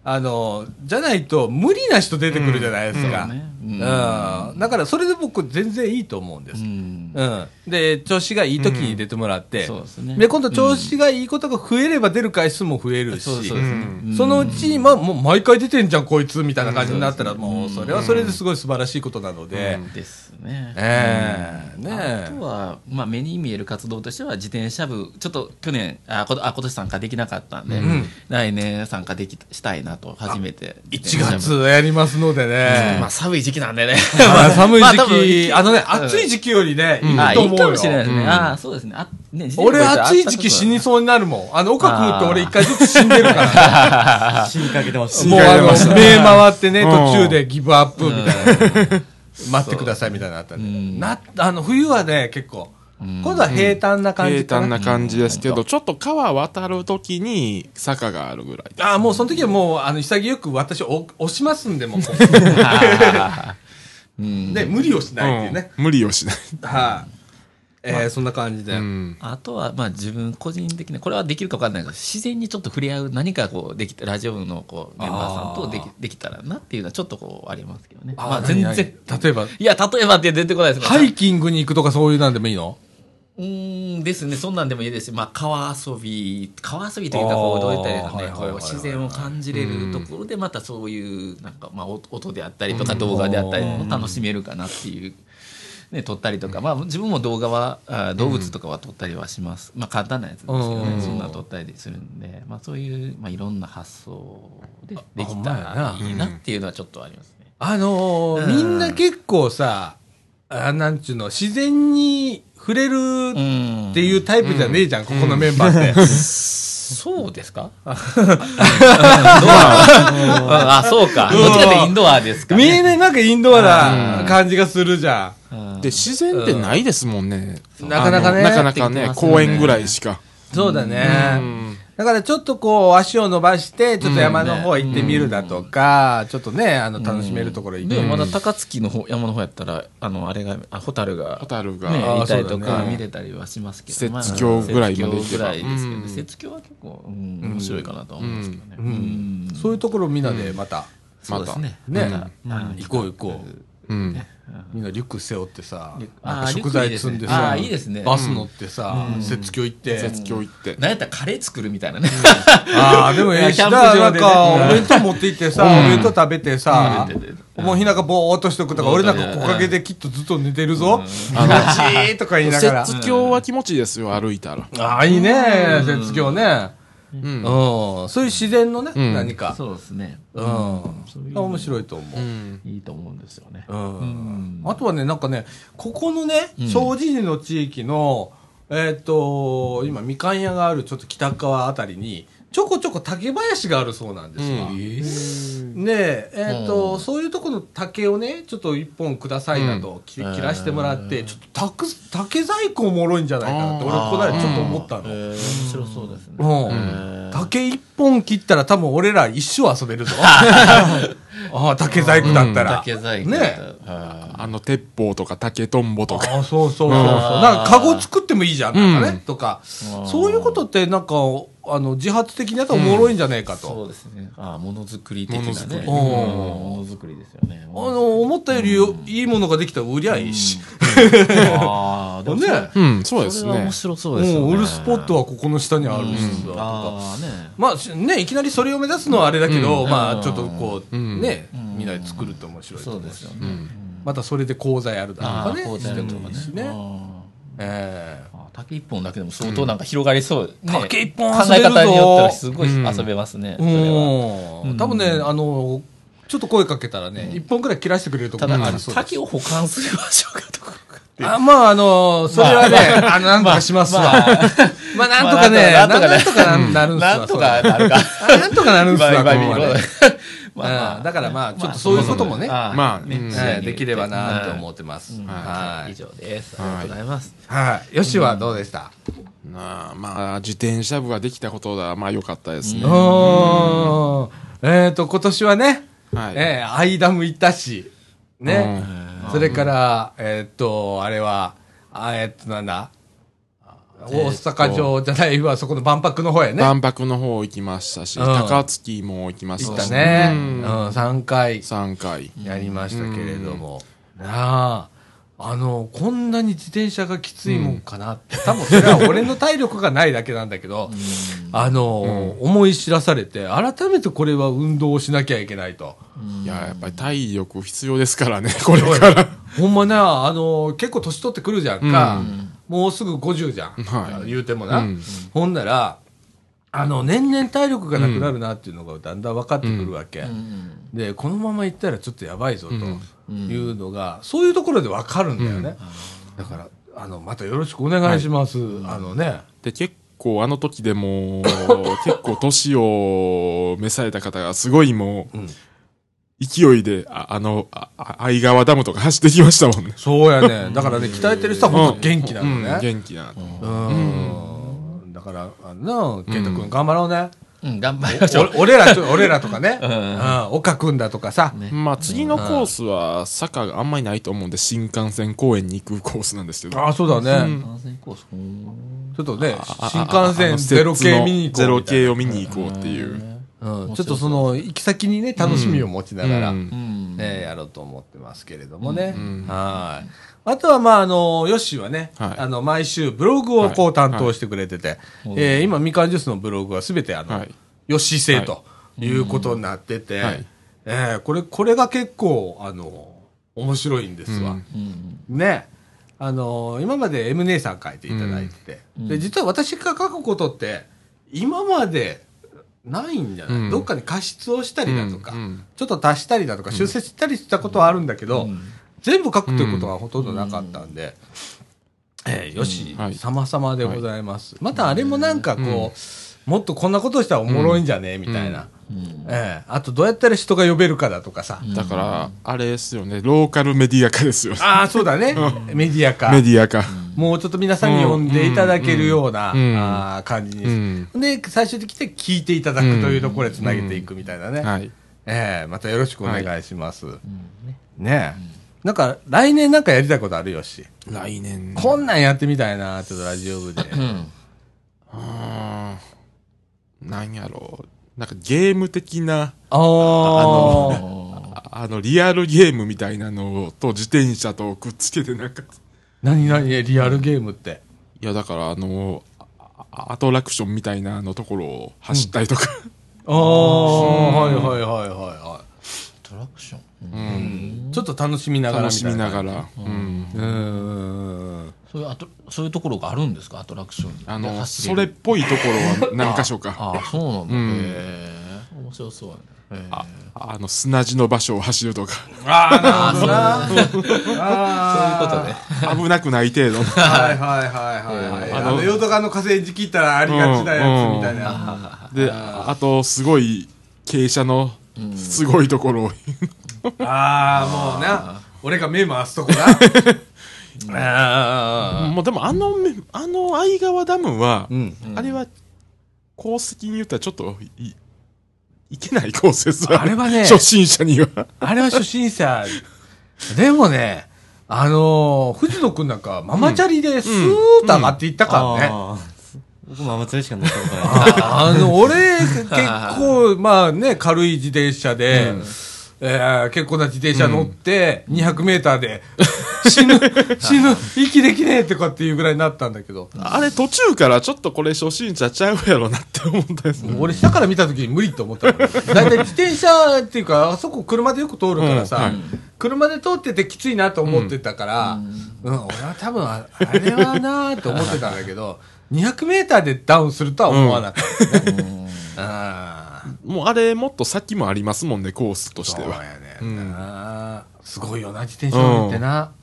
[SPEAKER 1] あの、じゃないと、無理な人出てくるじゃないですか。うんだから、それで僕、全然いいと思うんです。
[SPEAKER 3] うん
[SPEAKER 1] うん、で調子がいい時に出てもらって、
[SPEAKER 3] んそうですね
[SPEAKER 1] で今度調子がいいことが増えれば出る回数も増えるし、
[SPEAKER 3] そうそうですね
[SPEAKER 1] うんそのうち、まあ、もう毎回出てんじゃんこいつみたいな感じになったら、もうそれはそれですごい素晴らしいことなので、
[SPEAKER 3] ですね
[SPEAKER 1] ええね
[SPEAKER 3] あとは、まあ、目に見える活動としては自転車部ちょっと去年あこあ今年参加できなかったんで、
[SPEAKER 1] ん
[SPEAKER 3] 来年参加できしたいなと初めて
[SPEAKER 1] え1
[SPEAKER 3] 自転車部
[SPEAKER 1] 月やりますのでね
[SPEAKER 3] まあ、寒い時期なんでね。
[SPEAKER 1] まあ寒い時
[SPEAKER 3] まあ
[SPEAKER 1] 期、
[SPEAKER 3] 多分
[SPEAKER 1] あのね、
[SPEAKER 3] うん
[SPEAKER 1] 暑い時期よりね、い
[SPEAKER 3] あ
[SPEAKER 1] い
[SPEAKER 3] い
[SPEAKER 1] と思
[SPEAKER 3] いうかも
[SPEAKER 1] よ
[SPEAKER 3] し。れないですね。
[SPEAKER 4] うん
[SPEAKER 3] ああ、そうですね。あね
[SPEAKER 1] 俺暑い時期死に
[SPEAKER 3] そ
[SPEAKER 1] そうになるもん。あの、岡君って俺一回ずつ死んでるから。
[SPEAKER 2] 死にかけてました
[SPEAKER 1] もうあの、目回ってね、
[SPEAKER 4] うん
[SPEAKER 1] 途中でギブアップみたいな。待ってくださいみたいなのあったんで。
[SPEAKER 3] ん
[SPEAKER 1] な、あの、冬はね、結構、今度は平坦な感じ
[SPEAKER 4] 平
[SPEAKER 1] か
[SPEAKER 4] 坦
[SPEAKER 1] な。
[SPEAKER 4] な感じですけど、ちょっと川渡るときに坂があるぐらい。
[SPEAKER 1] ああ、もうその時はもう、あの、潔く私を押しますんで、もう。 ね、無理をしないっていうね。
[SPEAKER 4] うん無理をしない。
[SPEAKER 1] はい。えー、そんな感じで。
[SPEAKER 4] うん
[SPEAKER 3] あとは、まあ自分個人的に、これはできるか分かんないけど、自然にちょっと触れ合う何かこう、できた、ラジオ部のこう、メンバーさんとできできたらなっていうのはちょっとこう、ありますけどね。まあ全然。
[SPEAKER 1] 例えば、
[SPEAKER 3] いや、例えばって出てこないですけど
[SPEAKER 1] ハイキングに行くとかそういうなんでもいいの
[SPEAKER 3] うーんですね、そんなんでもいいですし、まあ、川遊び、川遊びというか、こ
[SPEAKER 1] あー
[SPEAKER 3] う、どういったらいいですか
[SPEAKER 1] はい
[SPEAKER 3] ね、
[SPEAKER 1] はい
[SPEAKER 3] こ、
[SPEAKER 1] はいうはい
[SPEAKER 3] 自然を感じれるところで、またそういう、なんか、まあ、お音であったりとか、動画であったりも楽しめるかなっていう。ね、撮ったりとか、まあ、自分も動画は、あ動物とかは撮ったりはします。まあ、簡単なやつですけど
[SPEAKER 1] う
[SPEAKER 3] ね、
[SPEAKER 1] ん
[SPEAKER 3] そんな撮ったりするんで、まあ、そういう、まあ、いろんな発想でで
[SPEAKER 1] ほ
[SPEAKER 3] き
[SPEAKER 1] んま
[SPEAKER 3] た
[SPEAKER 1] や
[SPEAKER 3] ら
[SPEAKER 1] ない
[SPEAKER 3] いなっていうのはちょっとありますね。
[SPEAKER 1] あのー
[SPEAKER 3] うん
[SPEAKER 1] みんな結構さ、あなんちゅうの、自然に触れる
[SPEAKER 3] うん。
[SPEAKER 1] っていうタイプじゃねえじゃん、ここのメンバーって。
[SPEAKER 3] そうです かうんあ、そうか。どっちかってインドアですか
[SPEAKER 1] み
[SPEAKER 3] ね。
[SPEAKER 1] んななんかインドアな感じがするじゃ
[SPEAKER 3] うん
[SPEAKER 4] で、自然ってないですもんね。
[SPEAKER 1] ん。なかなかね。
[SPEAKER 4] あのなかなか
[SPEAKER 3] できて
[SPEAKER 4] ね
[SPEAKER 3] ま、すよね
[SPEAKER 4] 公園ぐらいしか。
[SPEAKER 1] そうだ
[SPEAKER 4] う
[SPEAKER 1] ね。
[SPEAKER 4] ん
[SPEAKER 1] だからちょっとこう、足を伸ばして、ちょっと山の方行ってみるだとか、ちょっとね、あの、楽しめるところ行って
[SPEAKER 3] でもまだ高槻の方、山の方やったら、あの、あれが、あ、ホタルが
[SPEAKER 4] ホ、タルが。
[SPEAKER 1] あ
[SPEAKER 3] ね、
[SPEAKER 1] ー
[SPEAKER 3] いたりと
[SPEAKER 1] そうだ
[SPEAKER 3] か、
[SPEAKER 1] ね
[SPEAKER 3] 見れたりはしますけど。
[SPEAKER 4] 雪
[SPEAKER 3] まあ
[SPEAKER 4] 橋ぐらいまで行
[SPEAKER 3] 雪
[SPEAKER 4] け
[SPEAKER 3] 橋ぐ
[SPEAKER 4] ば
[SPEAKER 3] らいですけどね
[SPEAKER 4] う、ん
[SPEAKER 3] 雪橋は結構、うん、面白いかなとは思うんですけどね。
[SPEAKER 1] う
[SPEAKER 3] うんん。
[SPEAKER 1] そういうところみんなでまた、
[SPEAKER 3] そうですね。
[SPEAKER 1] ね
[SPEAKER 3] またあの
[SPEAKER 1] 行こう行こう。
[SPEAKER 4] うん。
[SPEAKER 1] みんなリュック背負ってさ
[SPEAKER 3] リュック、
[SPEAKER 1] なんか
[SPEAKER 3] あーリュッ
[SPEAKER 1] 食
[SPEAKER 3] ク
[SPEAKER 1] 材積んでさ、
[SPEAKER 3] いいですねあ
[SPEAKER 1] バ
[SPEAKER 3] ーいいですね
[SPEAKER 1] ス乗ってさ、雪橋行って。
[SPEAKER 4] 絶叫行って。
[SPEAKER 3] なんやったらカレー作るみたいなね。
[SPEAKER 1] ああ、でもええし、
[SPEAKER 3] キャ
[SPEAKER 1] だか
[SPEAKER 3] ンプ
[SPEAKER 1] ら
[SPEAKER 3] 場
[SPEAKER 1] なん
[SPEAKER 3] でね
[SPEAKER 1] か、お弁当持って行ってさ、お弁当食べてさ
[SPEAKER 3] 食べてて、
[SPEAKER 1] もうひながぼーっとしとくとか、
[SPEAKER 3] うん
[SPEAKER 1] 俺なんか木陰できっとずっと寝てるぞ。
[SPEAKER 4] あの
[SPEAKER 1] あの、じーとか言いながら。
[SPEAKER 4] 雪橋は気持ちいいですよ、歩いたら。
[SPEAKER 1] ああ、いいね、絶叫ね。
[SPEAKER 4] う
[SPEAKER 1] うん
[SPEAKER 4] ん。
[SPEAKER 1] そういう自然のね、
[SPEAKER 4] ん
[SPEAKER 1] 何 か。
[SPEAKER 3] そうですね。
[SPEAKER 1] うん。
[SPEAKER 3] そういうの
[SPEAKER 1] 面白いと思う。
[SPEAKER 3] いいと思うんですよね。
[SPEAKER 1] うんあとはね、なんかね、ここのね、正治寺の地域の、えっと、今、みかん屋があるちょっと北側あたりに、ちょこちょこ竹林があるそうなんですわ。ねえ、えーと
[SPEAKER 3] うん
[SPEAKER 1] そういうところの竹をねちょっと一本くださいなど切切らしてもらって、ちょっと竹竹細工おもろいんじゃないかなって俺こないちょっと思ったの、
[SPEAKER 3] えー面白そうですね。
[SPEAKER 1] うん竹一本切ったら多分俺ら一生遊べる ぞああ竹細工だったら、
[SPEAKER 3] 竹細工
[SPEAKER 1] ね
[SPEAKER 3] だったら
[SPEAKER 1] え
[SPEAKER 3] あ
[SPEAKER 4] あの、鉄砲とか竹とんぼとか。
[SPEAKER 1] ああそうそうそうそうなんかカゴ作ってもいいじゃんなんかね、とかそういうことってなんかあの自発的にやったらおもろいんじゃないか
[SPEAKER 3] ーそ
[SPEAKER 1] と、
[SPEAKER 3] うですね。あーものづくり的なね。
[SPEAKER 4] ものづくり
[SPEAKER 3] うんものづくりですよね。
[SPEAKER 1] あの思ったよりよいいものができたら売りゃいいし、
[SPEAKER 3] あーでもそう
[SPEAKER 1] ね
[SPEAKER 4] うん、そうです
[SPEAKER 3] それは
[SPEAKER 4] ね
[SPEAKER 3] 面。白そうですよ
[SPEAKER 1] も
[SPEAKER 3] ね。
[SPEAKER 1] う売るスポットはここの下にあるしさ、とか。
[SPEAKER 3] あーね。
[SPEAKER 1] まあしね、いきなりそれを目指すのはあれだけど、まあちょっとこう、
[SPEAKER 4] ん
[SPEAKER 1] ね、みんなで作ると面白いと
[SPEAKER 3] そ
[SPEAKER 1] 思
[SPEAKER 3] う
[SPEAKER 1] う
[SPEAKER 3] ですよね。
[SPEAKER 1] またそれで講座やるだ
[SPEAKER 3] あ
[SPEAKER 1] と
[SPEAKER 3] あ
[SPEAKER 1] かね、
[SPEAKER 3] こう
[SPEAKER 1] し
[SPEAKER 3] だ
[SPEAKER 1] て
[SPEAKER 3] よ
[SPEAKER 1] も
[SPEAKER 3] と
[SPEAKER 1] い
[SPEAKER 3] か
[SPEAKER 1] い
[SPEAKER 3] ね
[SPEAKER 1] し。
[SPEAKER 3] あ
[SPEAKER 1] ね。
[SPEAKER 3] ー
[SPEAKER 1] ええ
[SPEAKER 3] あー竹一本だけでも相当なんか広がりそう。ね
[SPEAKER 1] 竹一本
[SPEAKER 3] 考
[SPEAKER 1] 遊べ
[SPEAKER 3] え
[SPEAKER 1] るぞ
[SPEAKER 3] 方によったらすごい遊べますね。それは
[SPEAKER 1] うん。多分ね、あの、ちょっと声かけたらね、一本くらい切らしてくれるとこ
[SPEAKER 3] た
[SPEAKER 1] ろがあ
[SPEAKER 3] だ
[SPEAKER 1] りそうです。
[SPEAKER 3] 竹を保管する場所がどこかっていう。
[SPEAKER 1] あまあ、あの、それはね、あの、なんとかしますわ。 まあ、なんとかね、
[SPEAKER 3] ま
[SPEAKER 1] な
[SPEAKER 3] あ
[SPEAKER 1] ん
[SPEAKER 3] なんとか
[SPEAKER 1] とかななるんすわ。
[SPEAKER 3] なんとかなるか。
[SPEAKER 1] それは。なんとかなるんす わ、ここ
[SPEAKER 3] まあ
[SPEAKER 1] はね
[SPEAKER 3] まあまあ
[SPEAKER 1] うんだからまあちょっとそういうこともね
[SPEAKER 4] まあ
[SPEAKER 3] ね
[SPEAKER 4] うん
[SPEAKER 1] ええできればなと思
[SPEAKER 3] っ
[SPEAKER 1] ってます。
[SPEAKER 3] て
[SPEAKER 1] は
[SPEAKER 3] はい。以
[SPEAKER 1] い。
[SPEAKER 3] 上です。ありがとうございます。
[SPEAKER 1] はい。よしはどうでした
[SPEAKER 4] なあまあ、自転車部ができたことだ。まあ、良かったですね。
[SPEAKER 1] うんえっ、と、今年はね、
[SPEAKER 4] はい
[SPEAKER 1] えーアイダム行ったし、ね、それから、えっ、と、あれは、あえっ、と、なんだ、大阪城じゃないわ、そこの万博の方やね。行っ
[SPEAKER 4] 万博の方行きましたし、
[SPEAKER 1] うん
[SPEAKER 4] 高槻も行きました
[SPEAKER 1] た
[SPEAKER 4] し。
[SPEAKER 1] ね。う
[SPEAKER 4] うん
[SPEAKER 1] ん、3回
[SPEAKER 4] 3回。
[SPEAKER 1] やりましたけれども。なあ。あの、こんなに自転車がきついもんかな って、多分それは俺の体力がないだけなんだけど、あの、思い知らされて、改めてこれは運動をしなきゃいけないと。
[SPEAKER 4] いや、やっぱり体力必要ですからね、これから。
[SPEAKER 1] ほんまね、あの、結構年取ってくるじゃんか。もうすぐ50じゃん。
[SPEAKER 4] は
[SPEAKER 1] 言うてもな。
[SPEAKER 4] うん
[SPEAKER 1] ほんなら、あの年々体力がなくなるなっていうのがだんだん分かってくるわけ、でこのままいったらちょっとやばいぞというのが、そういうところで分かるんだよね、だからあのまたよろしくお願いします、あのね
[SPEAKER 4] で結構あの時で も結構年を召された方がすごいもう、勢いでああのああ相川ダムとか走ってきましたもんね。
[SPEAKER 1] そうやねだからね鍛えてる人は本当元気なの
[SPEAKER 4] うん
[SPEAKER 1] ね
[SPEAKER 4] 元気だなと。
[SPEAKER 1] うん、だからあの健太君頑張ろうね、
[SPEAKER 3] うん、頑張りましょう。
[SPEAKER 1] お俺らと、俺らとかね。うん。岡君だとかさ。
[SPEAKER 3] ね
[SPEAKER 4] まあ次のコースは坂があんまりないと思うんで新幹線公園に行くコースなんですけど。
[SPEAKER 1] ああ、そうだね。
[SPEAKER 3] 感染コースほん
[SPEAKER 1] ちょっとね、新
[SPEAKER 4] あ
[SPEAKER 1] 幹線
[SPEAKER 4] の
[SPEAKER 1] ゼロ系見に行こう
[SPEAKER 4] ゼロ
[SPEAKER 1] みたい
[SPEAKER 4] 系を見に行こうっていう。
[SPEAKER 1] な。うん。ちょっとその、行き先にね、楽しみを持ちながら、
[SPEAKER 4] うん
[SPEAKER 3] うん。
[SPEAKER 1] ね、やろうと思ってますけれどもね。はい。あとは、まあ、あの、ヨッシーはね、
[SPEAKER 4] はい
[SPEAKER 1] あの、毎週ブログをこう担当してくれてて、えー今、みかんジュースのブログはすべて、あの、
[SPEAKER 4] はい
[SPEAKER 1] ヨッシー製ということになってて、
[SPEAKER 4] はい
[SPEAKER 1] えーこれ、これが結構、あの、面白いんですわ。ねあのー今まで M 姉さん書いていただいてて、で実は私が書くことって今までないんじゃない、
[SPEAKER 4] うん
[SPEAKER 1] どっかに過失をしたりだとか、
[SPEAKER 4] うんうん
[SPEAKER 1] ちょっと足したりだとか修正したりしたことはあるんだけど、全部書くということがほとんどなかったんで、えーよし、
[SPEAKER 4] はい
[SPEAKER 1] 様々でございます、またあれもなんかこう、もっとこんなことしたらおもろいんじゃねみたいな、えーあとどうやったら人が呼べるかだとかさ、
[SPEAKER 4] だから、あれですよね、ローカルメディア化ですよね。
[SPEAKER 1] ああそうだね、メディアか
[SPEAKER 4] メディア化。
[SPEAKER 1] もうちょっと皆さんに読んでいただけるような、
[SPEAKER 4] うん
[SPEAKER 1] あー感じに、
[SPEAKER 4] う
[SPEAKER 1] で、最終的には聞いていただくというところでつなげていくみたいなね。
[SPEAKER 4] はい。
[SPEAKER 1] ええまたよろしくお願いします。ねえ。なんか、来年なんかやりたいことあるよし。
[SPEAKER 4] 来年。
[SPEAKER 1] こんなんやってみたいな、ちょっとラジオ部で。
[SPEAKER 4] あーなんやろう。なんかゲーム的な、
[SPEAKER 1] あー。
[SPEAKER 4] ああの、リアルゲームみたいなのと自転車とくっつけてなんか。
[SPEAKER 1] 何何リアルゲームって。
[SPEAKER 4] いや、だからあの、あアトラクションみたいなあのところを走ったりとか。
[SPEAKER 1] あー、はいはいはいはいは
[SPEAKER 3] トラクション。
[SPEAKER 1] い。ちょっと楽しみながら
[SPEAKER 4] 楽
[SPEAKER 1] み
[SPEAKER 4] した
[SPEAKER 1] い
[SPEAKER 4] みな
[SPEAKER 1] な。
[SPEAKER 4] がら。うん
[SPEAKER 1] うーん。
[SPEAKER 3] そういうあとそういうところがあるんですかアトラクションに
[SPEAKER 4] あの、
[SPEAKER 3] 走
[SPEAKER 4] それっ
[SPEAKER 3] る
[SPEAKER 4] ぽいところは何箇所か。
[SPEAKER 3] ああそうなんだ、へえ面白そうだねへえ
[SPEAKER 4] ああの、砂地の場所を走るとか。
[SPEAKER 1] あー、なるほどな。あー。
[SPEAKER 3] そういうことね
[SPEAKER 4] 危なくない程度の。
[SPEAKER 1] はいはいはいはい。
[SPEAKER 4] あ
[SPEAKER 1] あ
[SPEAKER 4] の
[SPEAKER 1] の、淀川の河川敷行ったらありがちなやつみたいな。
[SPEAKER 4] で、ああと、すごい、傾斜の、すごいところを。
[SPEAKER 1] ああ、もうな。俺が目回すとこな。 あ
[SPEAKER 4] もうでも、あのめ、あの、相川ダムは、
[SPEAKER 1] ん
[SPEAKER 4] あれは、公式に言ったらちょっと、い、いけないコースです。
[SPEAKER 1] あれはね
[SPEAKER 4] 初心者には。
[SPEAKER 1] ああれは初心者。でもね、あのー、藤野くんなんか、ママチャリですーっと上がっていったからね。
[SPEAKER 2] あー僕もアマチュアしか乗ったことないです
[SPEAKER 1] あの、俺、結構、まあね、軽い自転車で、えー結構な自転車乗って、200メーターで、死 ぬ、死ぬ、息できねえとかっていうぐらいになったんだけど。
[SPEAKER 4] あれ途中からちょっとこれ初心者ちゃうやろなって思ったんですね。
[SPEAKER 1] 俺下から見た時に無理と思ったもんだいたい自転車っていうかあそこ車でよく通るからさ、
[SPEAKER 4] うんはい
[SPEAKER 1] 車で通っててきついなと思ってたから、うん俺は多分ああれはなーと思ってたんだけど 200m でダウンするとは思わなかったね、あー
[SPEAKER 4] もうあれもっと先もありますもんね、コースとし
[SPEAKER 1] そ
[SPEAKER 4] て
[SPEAKER 1] うや
[SPEAKER 4] は。
[SPEAKER 1] ねんな、すごいよな自転車乗ってな、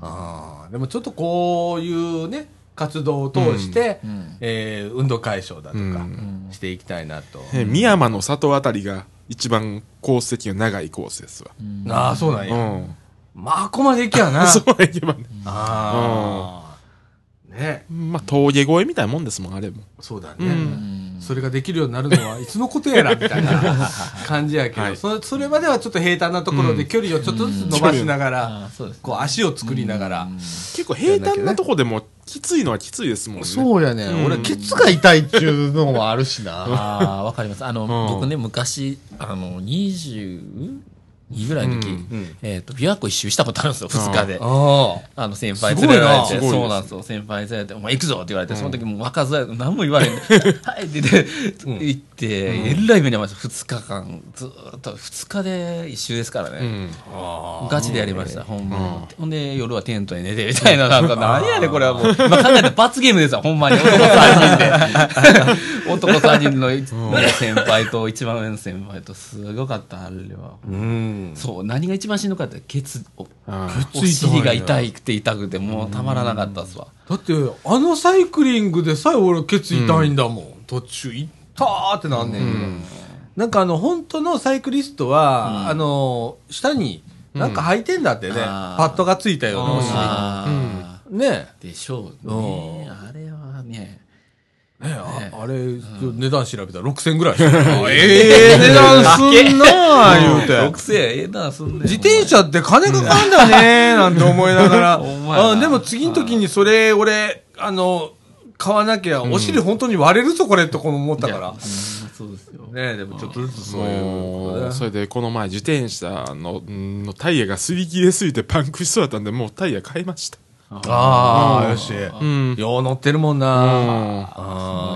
[SPEAKER 1] あーでもちょっとこういうね活動を通して、えー運動解消だとかしていきたいなと、
[SPEAKER 4] ね美山の里あたりが一番コース的には長いコースですわ。
[SPEAKER 1] ああそうなんや、
[SPEAKER 4] うん。
[SPEAKER 1] まあ、ここまで行きゃな。
[SPEAKER 4] そういけばね。
[SPEAKER 1] ああ。ね、
[SPEAKER 4] まあ、峠越えみたいなもんですもん、あれも。
[SPEAKER 1] そうだね、それができるようになるのはいつのことやらみたい な感じやけど、
[SPEAKER 4] はい
[SPEAKER 1] そそれまではちょっと平坦なところで距離をちょっとずつ伸ばしながら、
[SPEAKER 3] あそうです
[SPEAKER 1] こう足を作りながら、
[SPEAKER 4] 結構平坦なとこでもきついのはきついですもんね。
[SPEAKER 1] そうやね、俺ケツが痛いっていうのもあるしな
[SPEAKER 3] ああわかりますあの、
[SPEAKER 4] うん
[SPEAKER 3] 僕ね昔あの20ぐらいの時、えっ、と、琵琶湖一周したことあるんですよ、2日 で。
[SPEAKER 1] ああ。
[SPEAKER 3] あの先輩連れられ
[SPEAKER 4] す
[SPEAKER 3] て、
[SPEAKER 4] ごいな
[SPEAKER 3] そうなんですよ。先輩連れられて、お前行くぞって言われて、その時もう若づらい、何も言われん。はいって言って、行って、えらい目に遭いました。2日間、ずーっと、2日で一周ですからね。
[SPEAKER 4] うん
[SPEAKER 3] ガチでやりました、ほんまに。ほんで、夜はテントに寝てみたい な、なんか、何やねん、これはもう。今考えたら罰ゲームですわ、ほんまに。男3人 で。男3人の先輩と、一番上の先輩と、すごかった、あれは。そう、何が一番しんどかったケツ、おお尻が痛いくて痛くて、もうたまらなかったっすわ。
[SPEAKER 1] だって、あのサイクリングでさえ俺ケツ痛いんだもん。途中痛ーってなんねんけど。なんかあの、本当のサイクリストは、あの、下になんか履いてんだってね。
[SPEAKER 3] あー
[SPEAKER 1] パッドがついたようなお尻
[SPEAKER 3] あ
[SPEAKER 1] ね
[SPEAKER 3] ーでしょうね。あれはね。
[SPEAKER 1] え。ねえ、ああれ、値段調べたら6000ぐらい。 ええ、値段すんなー言うて。
[SPEAKER 3] 6000円、ええな、そんで。
[SPEAKER 1] 自転車って金かかんだ ねーなんて思いながら。
[SPEAKER 3] ほんまやな
[SPEAKER 1] あでも次の時にそれ、俺、あの、買わなきゃ、お尻本当に割れるぞ、これとか思ったから。
[SPEAKER 3] そうですよ。
[SPEAKER 1] ねえでもちょっとずつそういうこと
[SPEAKER 4] も
[SPEAKER 1] ね
[SPEAKER 4] うそれでこの前自転車のんのタイヤが擦り切れすぎてパンクしそうだったんでもうタイヤ変えました
[SPEAKER 1] ああ、よし。
[SPEAKER 4] うん
[SPEAKER 1] よう乗ってるもんな。
[SPEAKER 4] う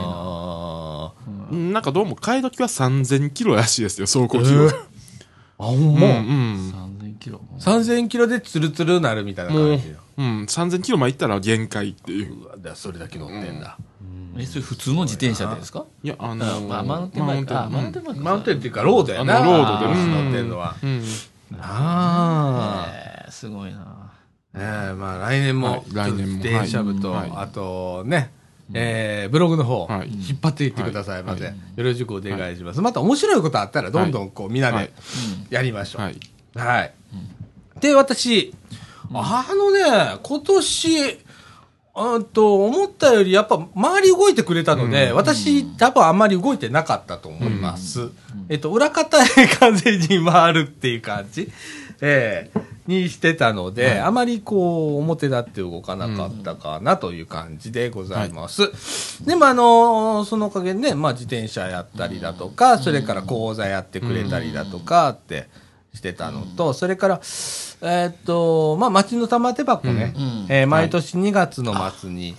[SPEAKER 4] ん
[SPEAKER 1] あー
[SPEAKER 4] なんかどうも買い時は3000キロらしいですよ走行距離は
[SPEAKER 1] あ、ほん
[SPEAKER 4] もう
[SPEAKER 1] ま。
[SPEAKER 4] うん
[SPEAKER 3] 3000キロ。
[SPEAKER 1] 3000キロでツルツルなるみたいな感じよ。
[SPEAKER 4] うん3000キロまで行ったら限界っていう
[SPEAKER 1] うわだからそれだけ乗ってんだ。
[SPEAKER 3] え、それ普通の自転車でですか
[SPEAKER 4] いやあの
[SPEAKER 3] あ
[SPEAKER 4] ー
[SPEAKER 3] まあ、マウンテンバイク。あ、マウンテンバイク。
[SPEAKER 1] マウンテンっていうか、ロードやな。
[SPEAKER 4] あのロードでうん
[SPEAKER 1] 乗ってんのは。
[SPEAKER 4] うん
[SPEAKER 1] ああ。
[SPEAKER 3] えーすごいな。
[SPEAKER 1] ええまあ来年
[SPEAKER 4] は
[SPEAKER 1] も
[SPEAKER 4] い、来年も
[SPEAKER 1] 自転車部と、
[SPEAKER 4] はい
[SPEAKER 1] あとね、えーブログの方、
[SPEAKER 4] はい
[SPEAKER 1] 引っ張っていってくださいまで、よろしくお願いします。また面白いことあったら、どんどんこう、みんな
[SPEAKER 4] は
[SPEAKER 1] で
[SPEAKER 4] い
[SPEAKER 1] やりましょう。は。
[SPEAKER 4] はいい
[SPEAKER 1] で、私、あのね、今年、うんと、思ったよりやっぱ周り動いてくれたので、私多分あんまり動いてなかったと思います。えっと、裏方へ完全に回るっていう感じ、ええにしてたので、あまりこう、表立って動かなかったかなという感じでございます。でもあのーそのおかげでね、まあ自転車やったりだとか、それから講座やってくれたりだとかって、してたのと、それから、えーっと、まあ、町の玉手箱ね、
[SPEAKER 3] うん
[SPEAKER 1] えー毎年2月の末に、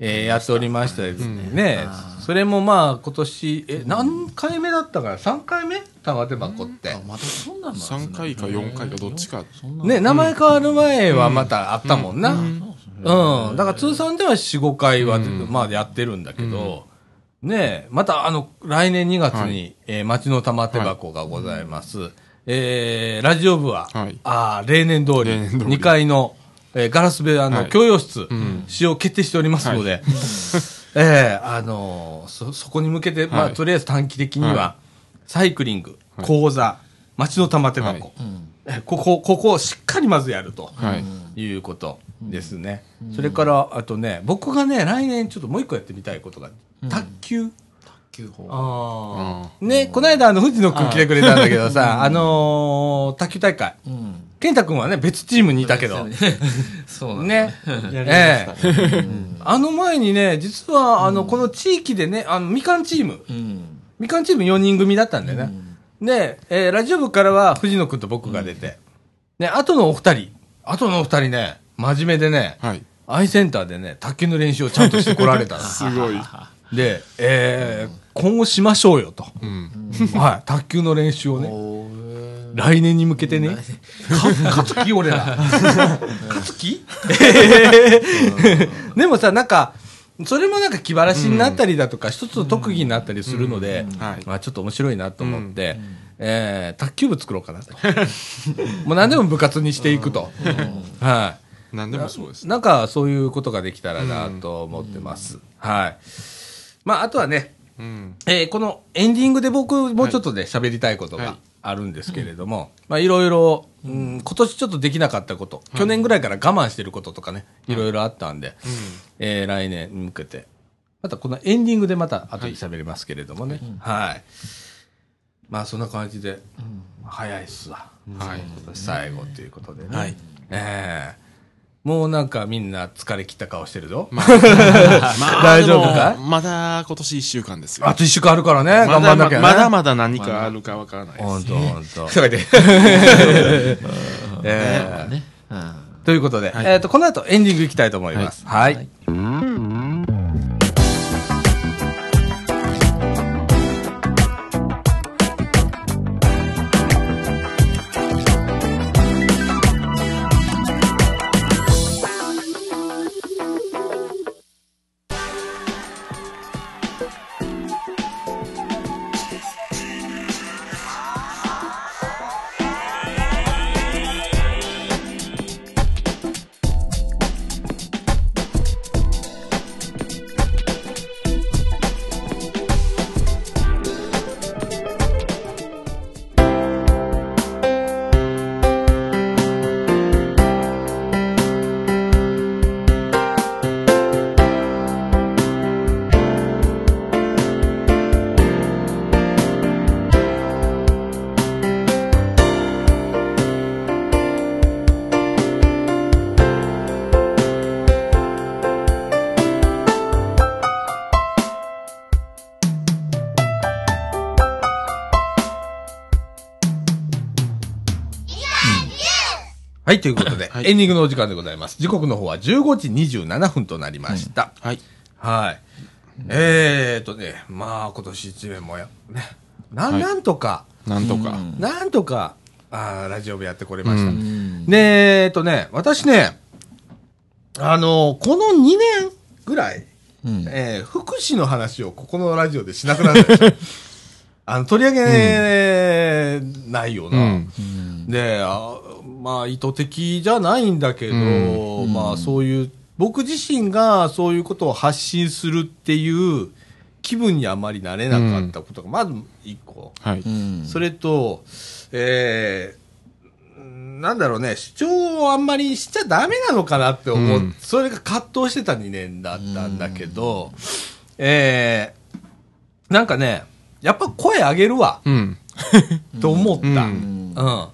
[SPEAKER 1] えーやっておりましたですね。ねそれもまあ、今年、え、何回目だったかな ?3 回目玉手箱って
[SPEAKER 3] あ、。またそんなんなんですね
[SPEAKER 4] 3回か4回かどっちか
[SPEAKER 3] そんなん
[SPEAKER 1] ね、名前変わる前はまたあったもんな。うん。うんだから通算では4、5回は、まあ、やってるんだけど、ねえ、またあの、来年2月に、
[SPEAKER 4] はい
[SPEAKER 1] えー町の玉手箱がございます。えーラジオ部は、
[SPEAKER 4] はい
[SPEAKER 1] あー例年通り、
[SPEAKER 4] 例年通り
[SPEAKER 1] 2階の、えーガラス部屋
[SPEAKER 4] は
[SPEAKER 1] の
[SPEAKER 4] い
[SPEAKER 1] 共用室、使用決定しておりますので、 えーあのーそ、そこに向けて、まあ、
[SPEAKER 4] はい
[SPEAKER 1] とりあえず短期的には、
[SPEAKER 4] は
[SPEAKER 1] サイクリング、講座、町の玉手箱、えここ、ここをしっかりまずやると。
[SPEAKER 4] はい
[SPEAKER 1] いうことですね、それからあとね僕がね来年ちょっともう一個やってみたいことが卓球、
[SPEAKER 3] 旧法
[SPEAKER 1] あ
[SPEAKER 4] あ
[SPEAKER 1] ーねこの間あの藤野君来てくれたんだけどさあのー卓球大会
[SPEAKER 3] うん
[SPEAKER 1] 健太君はね別チームにいたけどね
[SPEAKER 3] そうなんだ
[SPEAKER 1] ねええあの前にね実はあのこの地域でねあのみかんチーム
[SPEAKER 3] うん
[SPEAKER 1] みかんチーム4人組だったんだよね。で、えーラジオ部からは藤野くんと僕が出て、ね、あとのお二人、あとのお二人ね、真面目でね、
[SPEAKER 4] はい
[SPEAKER 1] アイセンターでね、卓球の練習をちゃんとしてこられたの
[SPEAKER 4] すごい
[SPEAKER 1] で、えー今後しましょうよと。
[SPEAKER 4] うん
[SPEAKER 1] はい、卓球の練習をね、来年に向けてね、勝 つ気俺ら。勝つ気 でもさ、なんか、それもなんか気晴らしになったりだとか、一つの特技になったりするので、
[SPEAKER 4] はい
[SPEAKER 1] まあちょっと面白いなと思って、えー卓球部作ろうかな と。もう何でも部活にしていくと。はい。
[SPEAKER 4] 何でもそうです
[SPEAKER 1] なんかそういうことができたらなと思ってます。はい。まあ、あとはね、
[SPEAKER 4] うん
[SPEAKER 1] えーこのエンディングで僕もうちょっとね、喋、りたいこと
[SPEAKER 4] は
[SPEAKER 1] が
[SPEAKER 4] い
[SPEAKER 1] あるんですけれども、まあ、いろいろ、うん、今年ちょっとできなかったこと、去年ぐらいから我慢してることとかね、いろいろあったんで、えー来年に向けて、またこのエンディングでまた後に喋りますけれどもね、はい。まあ、そんな感じで、早いっすわ。
[SPEAKER 4] はい
[SPEAKER 1] 最後ということでね。
[SPEAKER 4] はい
[SPEAKER 1] ええもうなんかみんな疲れ切った顔してるぞ。
[SPEAKER 4] まあ
[SPEAKER 1] 大丈夫かい
[SPEAKER 4] でもまだ今年1週間ですよ。
[SPEAKER 1] あと一週間あるからね、
[SPEAKER 4] ま
[SPEAKER 1] 頑張
[SPEAKER 4] だ
[SPEAKER 1] んなきゃね。
[SPEAKER 4] まだまだ何かあるかわからないです。
[SPEAKER 1] 本当本当。
[SPEAKER 6] というわけで
[SPEAKER 1] え
[SPEAKER 3] ね。うん
[SPEAKER 1] ーということで、えっと、この後エンディングいきたいと思います。はい。はい、ということで、
[SPEAKER 4] はい
[SPEAKER 1] エンディングのお時間でございます。時刻の方は15時27分となりました。
[SPEAKER 4] はい。
[SPEAKER 1] はい。えーとね、まあ今年一年もや、ね、な
[SPEAKER 4] は
[SPEAKER 1] ん、
[SPEAKER 4] い
[SPEAKER 1] なんとか、
[SPEAKER 4] なんとか。
[SPEAKER 1] なんとか、あーラジオ部やってこれました。
[SPEAKER 4] うん
[SPEAKER 1] ねえーとね、私ね、あの、この2年ぐらい、
[SPEAKER 3] うん
[SPEAKER 1] えー福祉の話をここのラジオでしなくなった。 あの、取り上げないよ
[SPEAKER 4] う
[SPEAKER 1] な。
[SPEAKER 4] ん。
[SPEAKER 1] であまあ意図的じゃないんだけど、
[SPEAKER 4] う
[SPEAKER 1] まあそういう僕自身がそういうことを発信するっていう気分にあまりなれなかったことがまず一個、
[SPEAKER 4] はい。
[SPEAKER 3] うん
[SPEAKER 1] それとえーなんだろうね主張をあんまりしちゃダメなのかなって思う、
[SPEAKER 4] うん
[SPEAKER 1] それが葛藤してた2年だったんだけど、えーなんかねやっぱ声上げるわ
[SPEAKER 4] うん。
[SPEAKER 1] と思った。
[SPEAKER 4] うん
[SPEAKER 1] うん。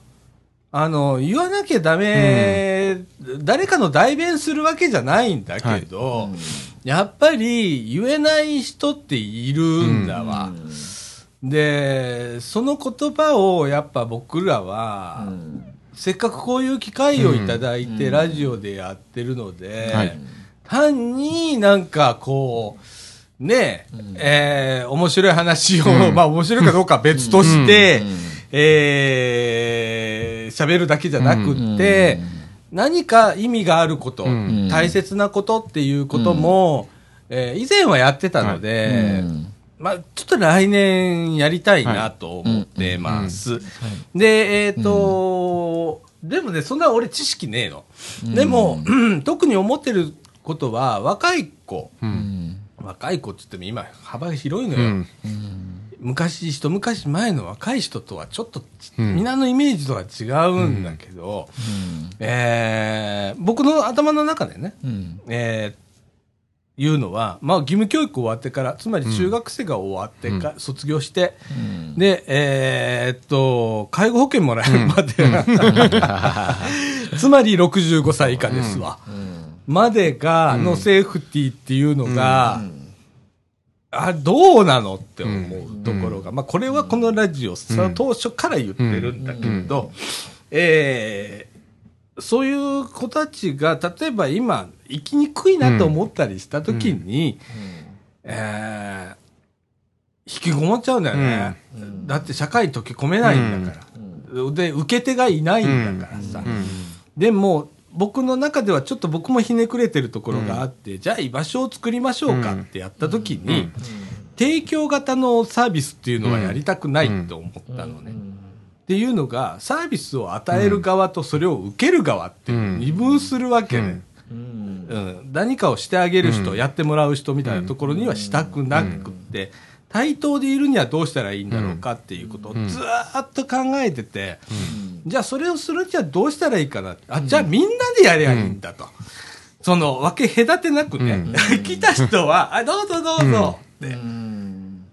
[SPEAKER 1] あの、言わなきゃダメ、誰かの代弁するわけじゃないんだけど、やっぱり言えない人っているんだわ。で、その言葉をやっぱ僕らは、せっかくこういう機会をいただいて、ラジオでやってるので、
[SPEAKER 4] はい
[SPEAKER 1] 単になんかこう、ねえ、えー面白い話を、
[SPEAKER 4] うん
[SPEAKER 1] まあ面白いかどうかは別として、えー喋るだけじゃなくって、何か意味があること、
[SPEAKER 4] うん
[SPEAKER 1] 大切なことっていうことも、えー以前はやってたので、
[SPEAKER 3] うん
[SPEAKER 1] まあ、ちょっと来年やりたいなと思ってます。で、えっ、と、でもね、そんな俺知識ねえの。でも、特に思ってることは、若い子、
[SPEAKER 4] うん。
[SPEAKER 1] 若い子って言っても今幅が広いの
[SPEAKER 4] う
[SPEAKER 1] よ。
[SPEAKER 4] ん。
[SPEAKER 1] 昔一昔前の若い人とはちょっと、
[SPEAKER 4] うん
[SPEAKER 1] 皆のイメージとは違うんだけど、えー僕の頭の中でね、
[SPEAKER 3] うん
[SPEAKER 1] えーいうのは、まあ、義務教育終わってからつまり中学生が終わってか、卒業して、でえーっと介護保険もらえるまで、 つまり65歳以下ですわ、までがのセーフティーっていうのが、あどうなのって思うところが、まあ、これはこのラジオ、さ当初から言ってるんだけど、えーそういう子たちが、例えば今、生きにくいなと思ったりしたときに、えー引きこもっちゃうんだよね。だって社会に溶け込めないんだから。で、受け手がいないんだからさ。でも、僕の中ではちょっと僕もひねくれてるところがあって、じゃあ居場所を作りましょうかってやった時に、提供型のサービスっていうのはやりたくないって思ったのね。っていうのがサービスを与える側とそれを受ける側って
[SPEAKER 4] うん
[SPEAKER 1] 二分するわけね、
[SPEAKER 3] うん
[SPEAKER 1] うん、何かをしてあげる人、
[SPEAKER 4] うん
[SPEAKER 1] やってもらう人みたいなところにはしたくなくって、対等でいるにはどうしたらいいんだろうかっていうことを
[SPEAKER 4] ん
[SPEAKER 1] ずーっと考えてて、じゃあそれをするにはどうしたらいいかなあじゃあみんなでやりゃいいんだと、その分け隔てなくね、 来た人はあどうぞどうぞって、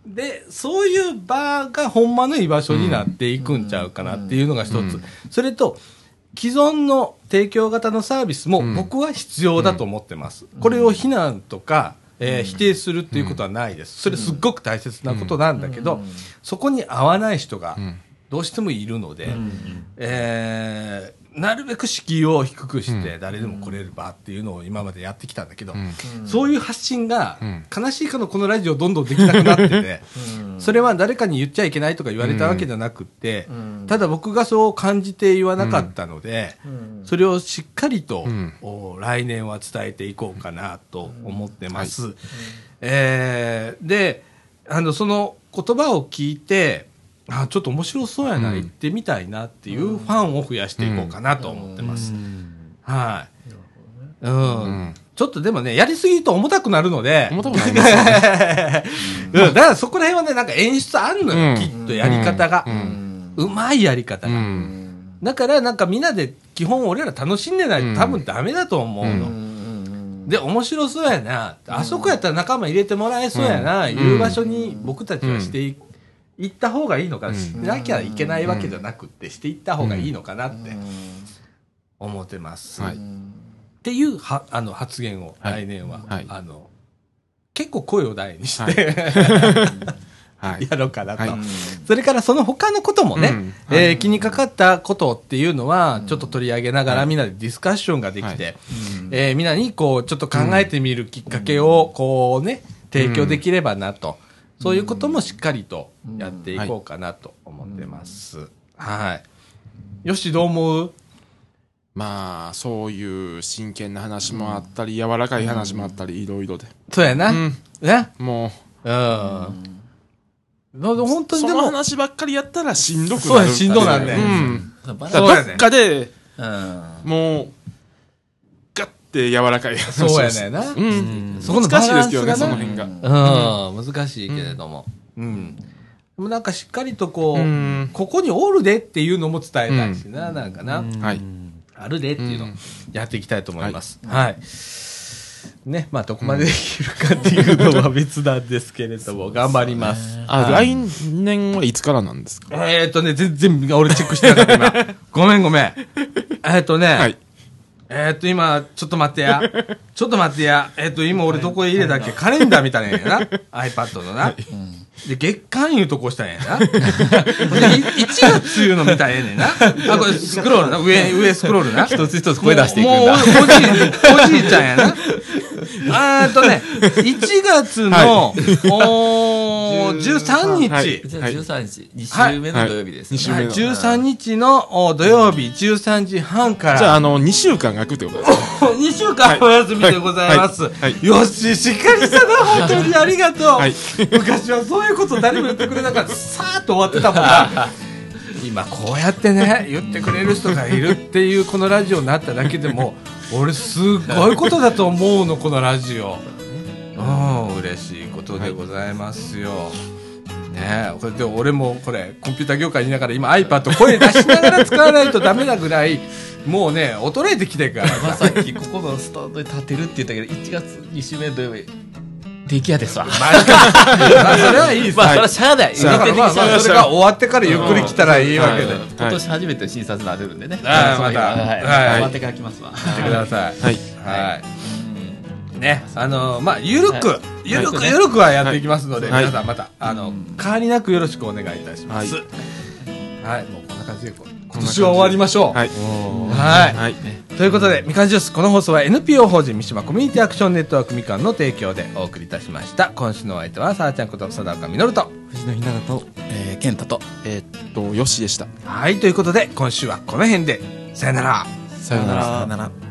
[SPEAKER 1] でそういう場がほんまの居場所になっていくんちゃうかなっていうのが一つ、それと既存の提供型のサービスも僕は必要だと思ってます。これを非難とか、えー否定するっていうことはないです。それすっごく大切なことなんだけど、そこに合わない人が
[SPEAKER 4] ん
[SPEAKER 1] どうしてもいるので、えーなるべく敷居を低くして誰でも来れる場っていうのを今までやってきたんだけど、そういう発信が
[SPEAKER 4] うん
[SPEAKER 1] 悲しいかのこのラジオどんどんできなくなって て、それは誰かに言っちゃいけないとか言われたわけじゃなくって、ただ僕がそう感じて言わなかったので、それをしっかりと、
[SPEAKER 4] うん
[SPEAKER 1] お来年は伝えていこうかなと思ってます。えーであのその言葉を聞いてあちょっと面白そうやな、
[SPEAKER 4] うん
[SPEAKER 1] 行ってみたいなっていうファンを増やしていこうかなと思ってます。はい、うん
[SPEAKER 4] うん
[SPEAKER 1] ちょっとでもね、やりすぎると重たくなるので、
[SPEAKER 4] 重たくなりますよね
[SPEAKER 1] うん、だからそこら辺はね、なんか演出あんのよ、
[SPEAKER 4] うん
[SPEAKER 1] きっとやり方が
[SPEAKER 4] う。ん
[SPEAKER 1] うまいやり方
[SPEAKER 4] う
[SPEAKER 1] が。
[SPEAKER 4] ん
[SPEAKER 1] だからなんかみんなで基本俺ら楽しんでないと多分ダメだと思うの。で、面白そうやな、あそこやったら仲間入れてもらえそうやな、
[SPEAKER 4] ん
[SPEAKER 1] いう場所に僕たちはしてい、行った方がいいのかな、しなきゃいけないわけじゃなくって、していった方がいいのかなって思ってます。
[SPEAKER 4] はい
[SPEAKER 1] っていうはあの発言を来年は、
[SPEAKER 4] はい
[SPEAKER 1] あの結構声を大にして、
[SPEAKER 4] は い
[SPEAKER 1] やろうかなと、
[SPEAKER 4] はい
[SPEAKER 1] それからその他のこともね、
[SPEAKER 4] うん
[SPEAKER 1] えー気にかかったことっていうのはちょっと取り上げながらみんなでディスカッションができて、
[SPEAKER 4] は
[SPEAKER 1] えーみんなにこうちょっと考えてみるきっかけをこうね提供できればなと、そういうこともしっかりとやっていこうかなと思ってます、はいよしどう思う
[SPEAKER 4] まあそういう真剣な話もあったり柔らかい話もあったりいろいろで
[SPEAKER 1] そうやな、
[SPEAKER 4] ん
[SPEAKER 1] ね
[SPEAKER 4] も
[SPEAKER 1] うん。だから本
[SPEAKER 4] う
[SPEAKER 1] 当に
[SPEAKER 4] そ
[SPEAKER 1] で
[SPEAKER 4] の
[SPEAKER 1] も、
[SPEAKER 4] 話ばっかりやったらしんどくなる
[SPEAKER 1] そうやしんどなんね
[SPEAKER 4] うん
[SPEAKER 3] バ
[SPEAKER 1] そ
[SPEAKER 3] ラ
[SPEAKER 1] う
[SPEAKER 4] ど
[SPEAKER 1] やね
[SPEAKER 4] っかで
[SPEAKER 3] うん
[SPEAKER 4] もうガッて柔らかい話を
[SPEAKER 1] そうや
[SPEAKER 4] し
[SPEAKER 1] ね
[SPEAKER 4] て
[SPEAKER 1] んな。
[SPEAKER 4] うん
[SPEAKER 1] そこのバ
[SPEAKER 4] 難しい
[SPEAKER 1] ラ
[SPEAKER 4] で
[SPEAKER 1] ンス
[SPEAKER 4] すけどね
[SPEAKER 1] が
[SPEAKER 4] その
[SPEAKER 1] な。
[SPEAKER 4] 辺が
[SPEAKER 1] うん、難しいけれども。うん。でもなんかしっかりとこ
[SPEAKER 4] う
[SPEAKER 1] う、
[SPEAKER 4] ん
[SPEAKER 1] ここにおるでっていうのも伝えたいしな、なんかな。
[SPEAKER 4] はい
[SPEAKER 1] あるでっていうのを
[SPEAKER 4] うん
[SPEAKER 1] やっていきたいと思います。はい。ね、まあどこまでできるかっていうのは別なんですけれども、頑張ります。
[SPEAKER 4] あ来年はいつからなんですか
[SPEAKER 1] えーっとね、全然俺チェックしてなかった今。ごめんごめん。えーっとね、
[SPEAKER 4] はい
[SPEAKER 1] えーっと、今、ちょっと待って や。ちょっと待ってや。えーっと、今俺どこへ入れたっけカレンダーみたいなんや な。iPad のな。で、月間いうとこしたんやな。で、1月いうの見たらええねんな。あ、これスクロールな。上、上スクロールな。一つ一つ声出していくんだ。もう、おじい、おじいちゃんやな。あーっとね、1月の、おー13日。
[SPEAKER 4] はい
[SPEAKER 3] じゃあ13日、2週目の土曜日ですね。
[SPEAKER 4] はい
[SPEAKER 1] は、
[SPEAKER 4] はいい
[SPEAKER 1] 13日のお土曜日13時半から
[SPEAKER 4] じゃああの2週間空くってことですか
[SPEAKER 1] 2週間お休みでございます、
[SPEAKER 4] はいはいはい
[SPEAKER 1] よししっかりしたな本当にありがとう、
[SPEAKER 4] はい
[SPEAKER 1] 昔はそういうこと誰も言ってくれなかったさーっと終わってたもんな今こうやってね言ってくれる人がいるっていうこのラジオになっただけでも俺すごいことだと思うのこのラジオうん嬉しいことでございますよ、ねえこれで俺もこれコンピューター業界にいながら今 iPad 声出しながら使わないとダメなぐらいもうね衰えてきてるから
[SPEAKER 3] まあさっきここのスタンドに立てるって言ったけど、1月2週目の土曜日、出来やですわ。まあ、
[SPEAKER 1] ま あそれはいいです
[SPEAKER 3] それはしゃあない。
[SPEAKER 1] だからまあまあそれが終わってからゆっくり来たらいいわけで、
[SPEAKER 4] う
[SPEAKER 1] 来
[SPEAKER 4] ん
[SPEAKER 3] 今年初めて診察なれるんでね。
[SPEAKER 1] ああ
[SPEAKER 3] その日は
[SPEAKER 1] また
[SPEAKER 3] は
[SPEAKER 1] は
[SPEAKER 3] い。
[SPEAKER 1] い
[SPEAKER 3] 終わってから来ますわ。
[SPEAKER 1] てください
[SPEAKER 4] はい
[SPEAKER 1] はい、ねあのまあゆるくゆるくゆるくはやっていきますので、
[SPEAKER 4] はい
[SPEAKER 1] 皆さんまたあの変わりなくよろしくお願いいたしますは、
[SPEAKER 4] はい
[SPEAKER 1] もうこんな感じで今年は終わりましょう
[SPEAKER 4] はい
[SPEAKER 1] はい
[SPEAKER 4] はい
[SPEAKER 1] ということで、みかんジュース、この放送は NPO 法人三島コミュニティアクションネットワークみかんの提供でお送りいたしました。今週のお相手は、さあちゃんこと佐田岡みのると。
[SPEAKER 2] 藤野ひなたと
[SPEAKER 3] えー、健太と。
[SPEAKER 4] えーっとよしでした
[SPEAKER 1] はい、ということで、今週はこの辺で、さよなら。
[SPEAKER 4] さようなら
[SPEAKER 2] なら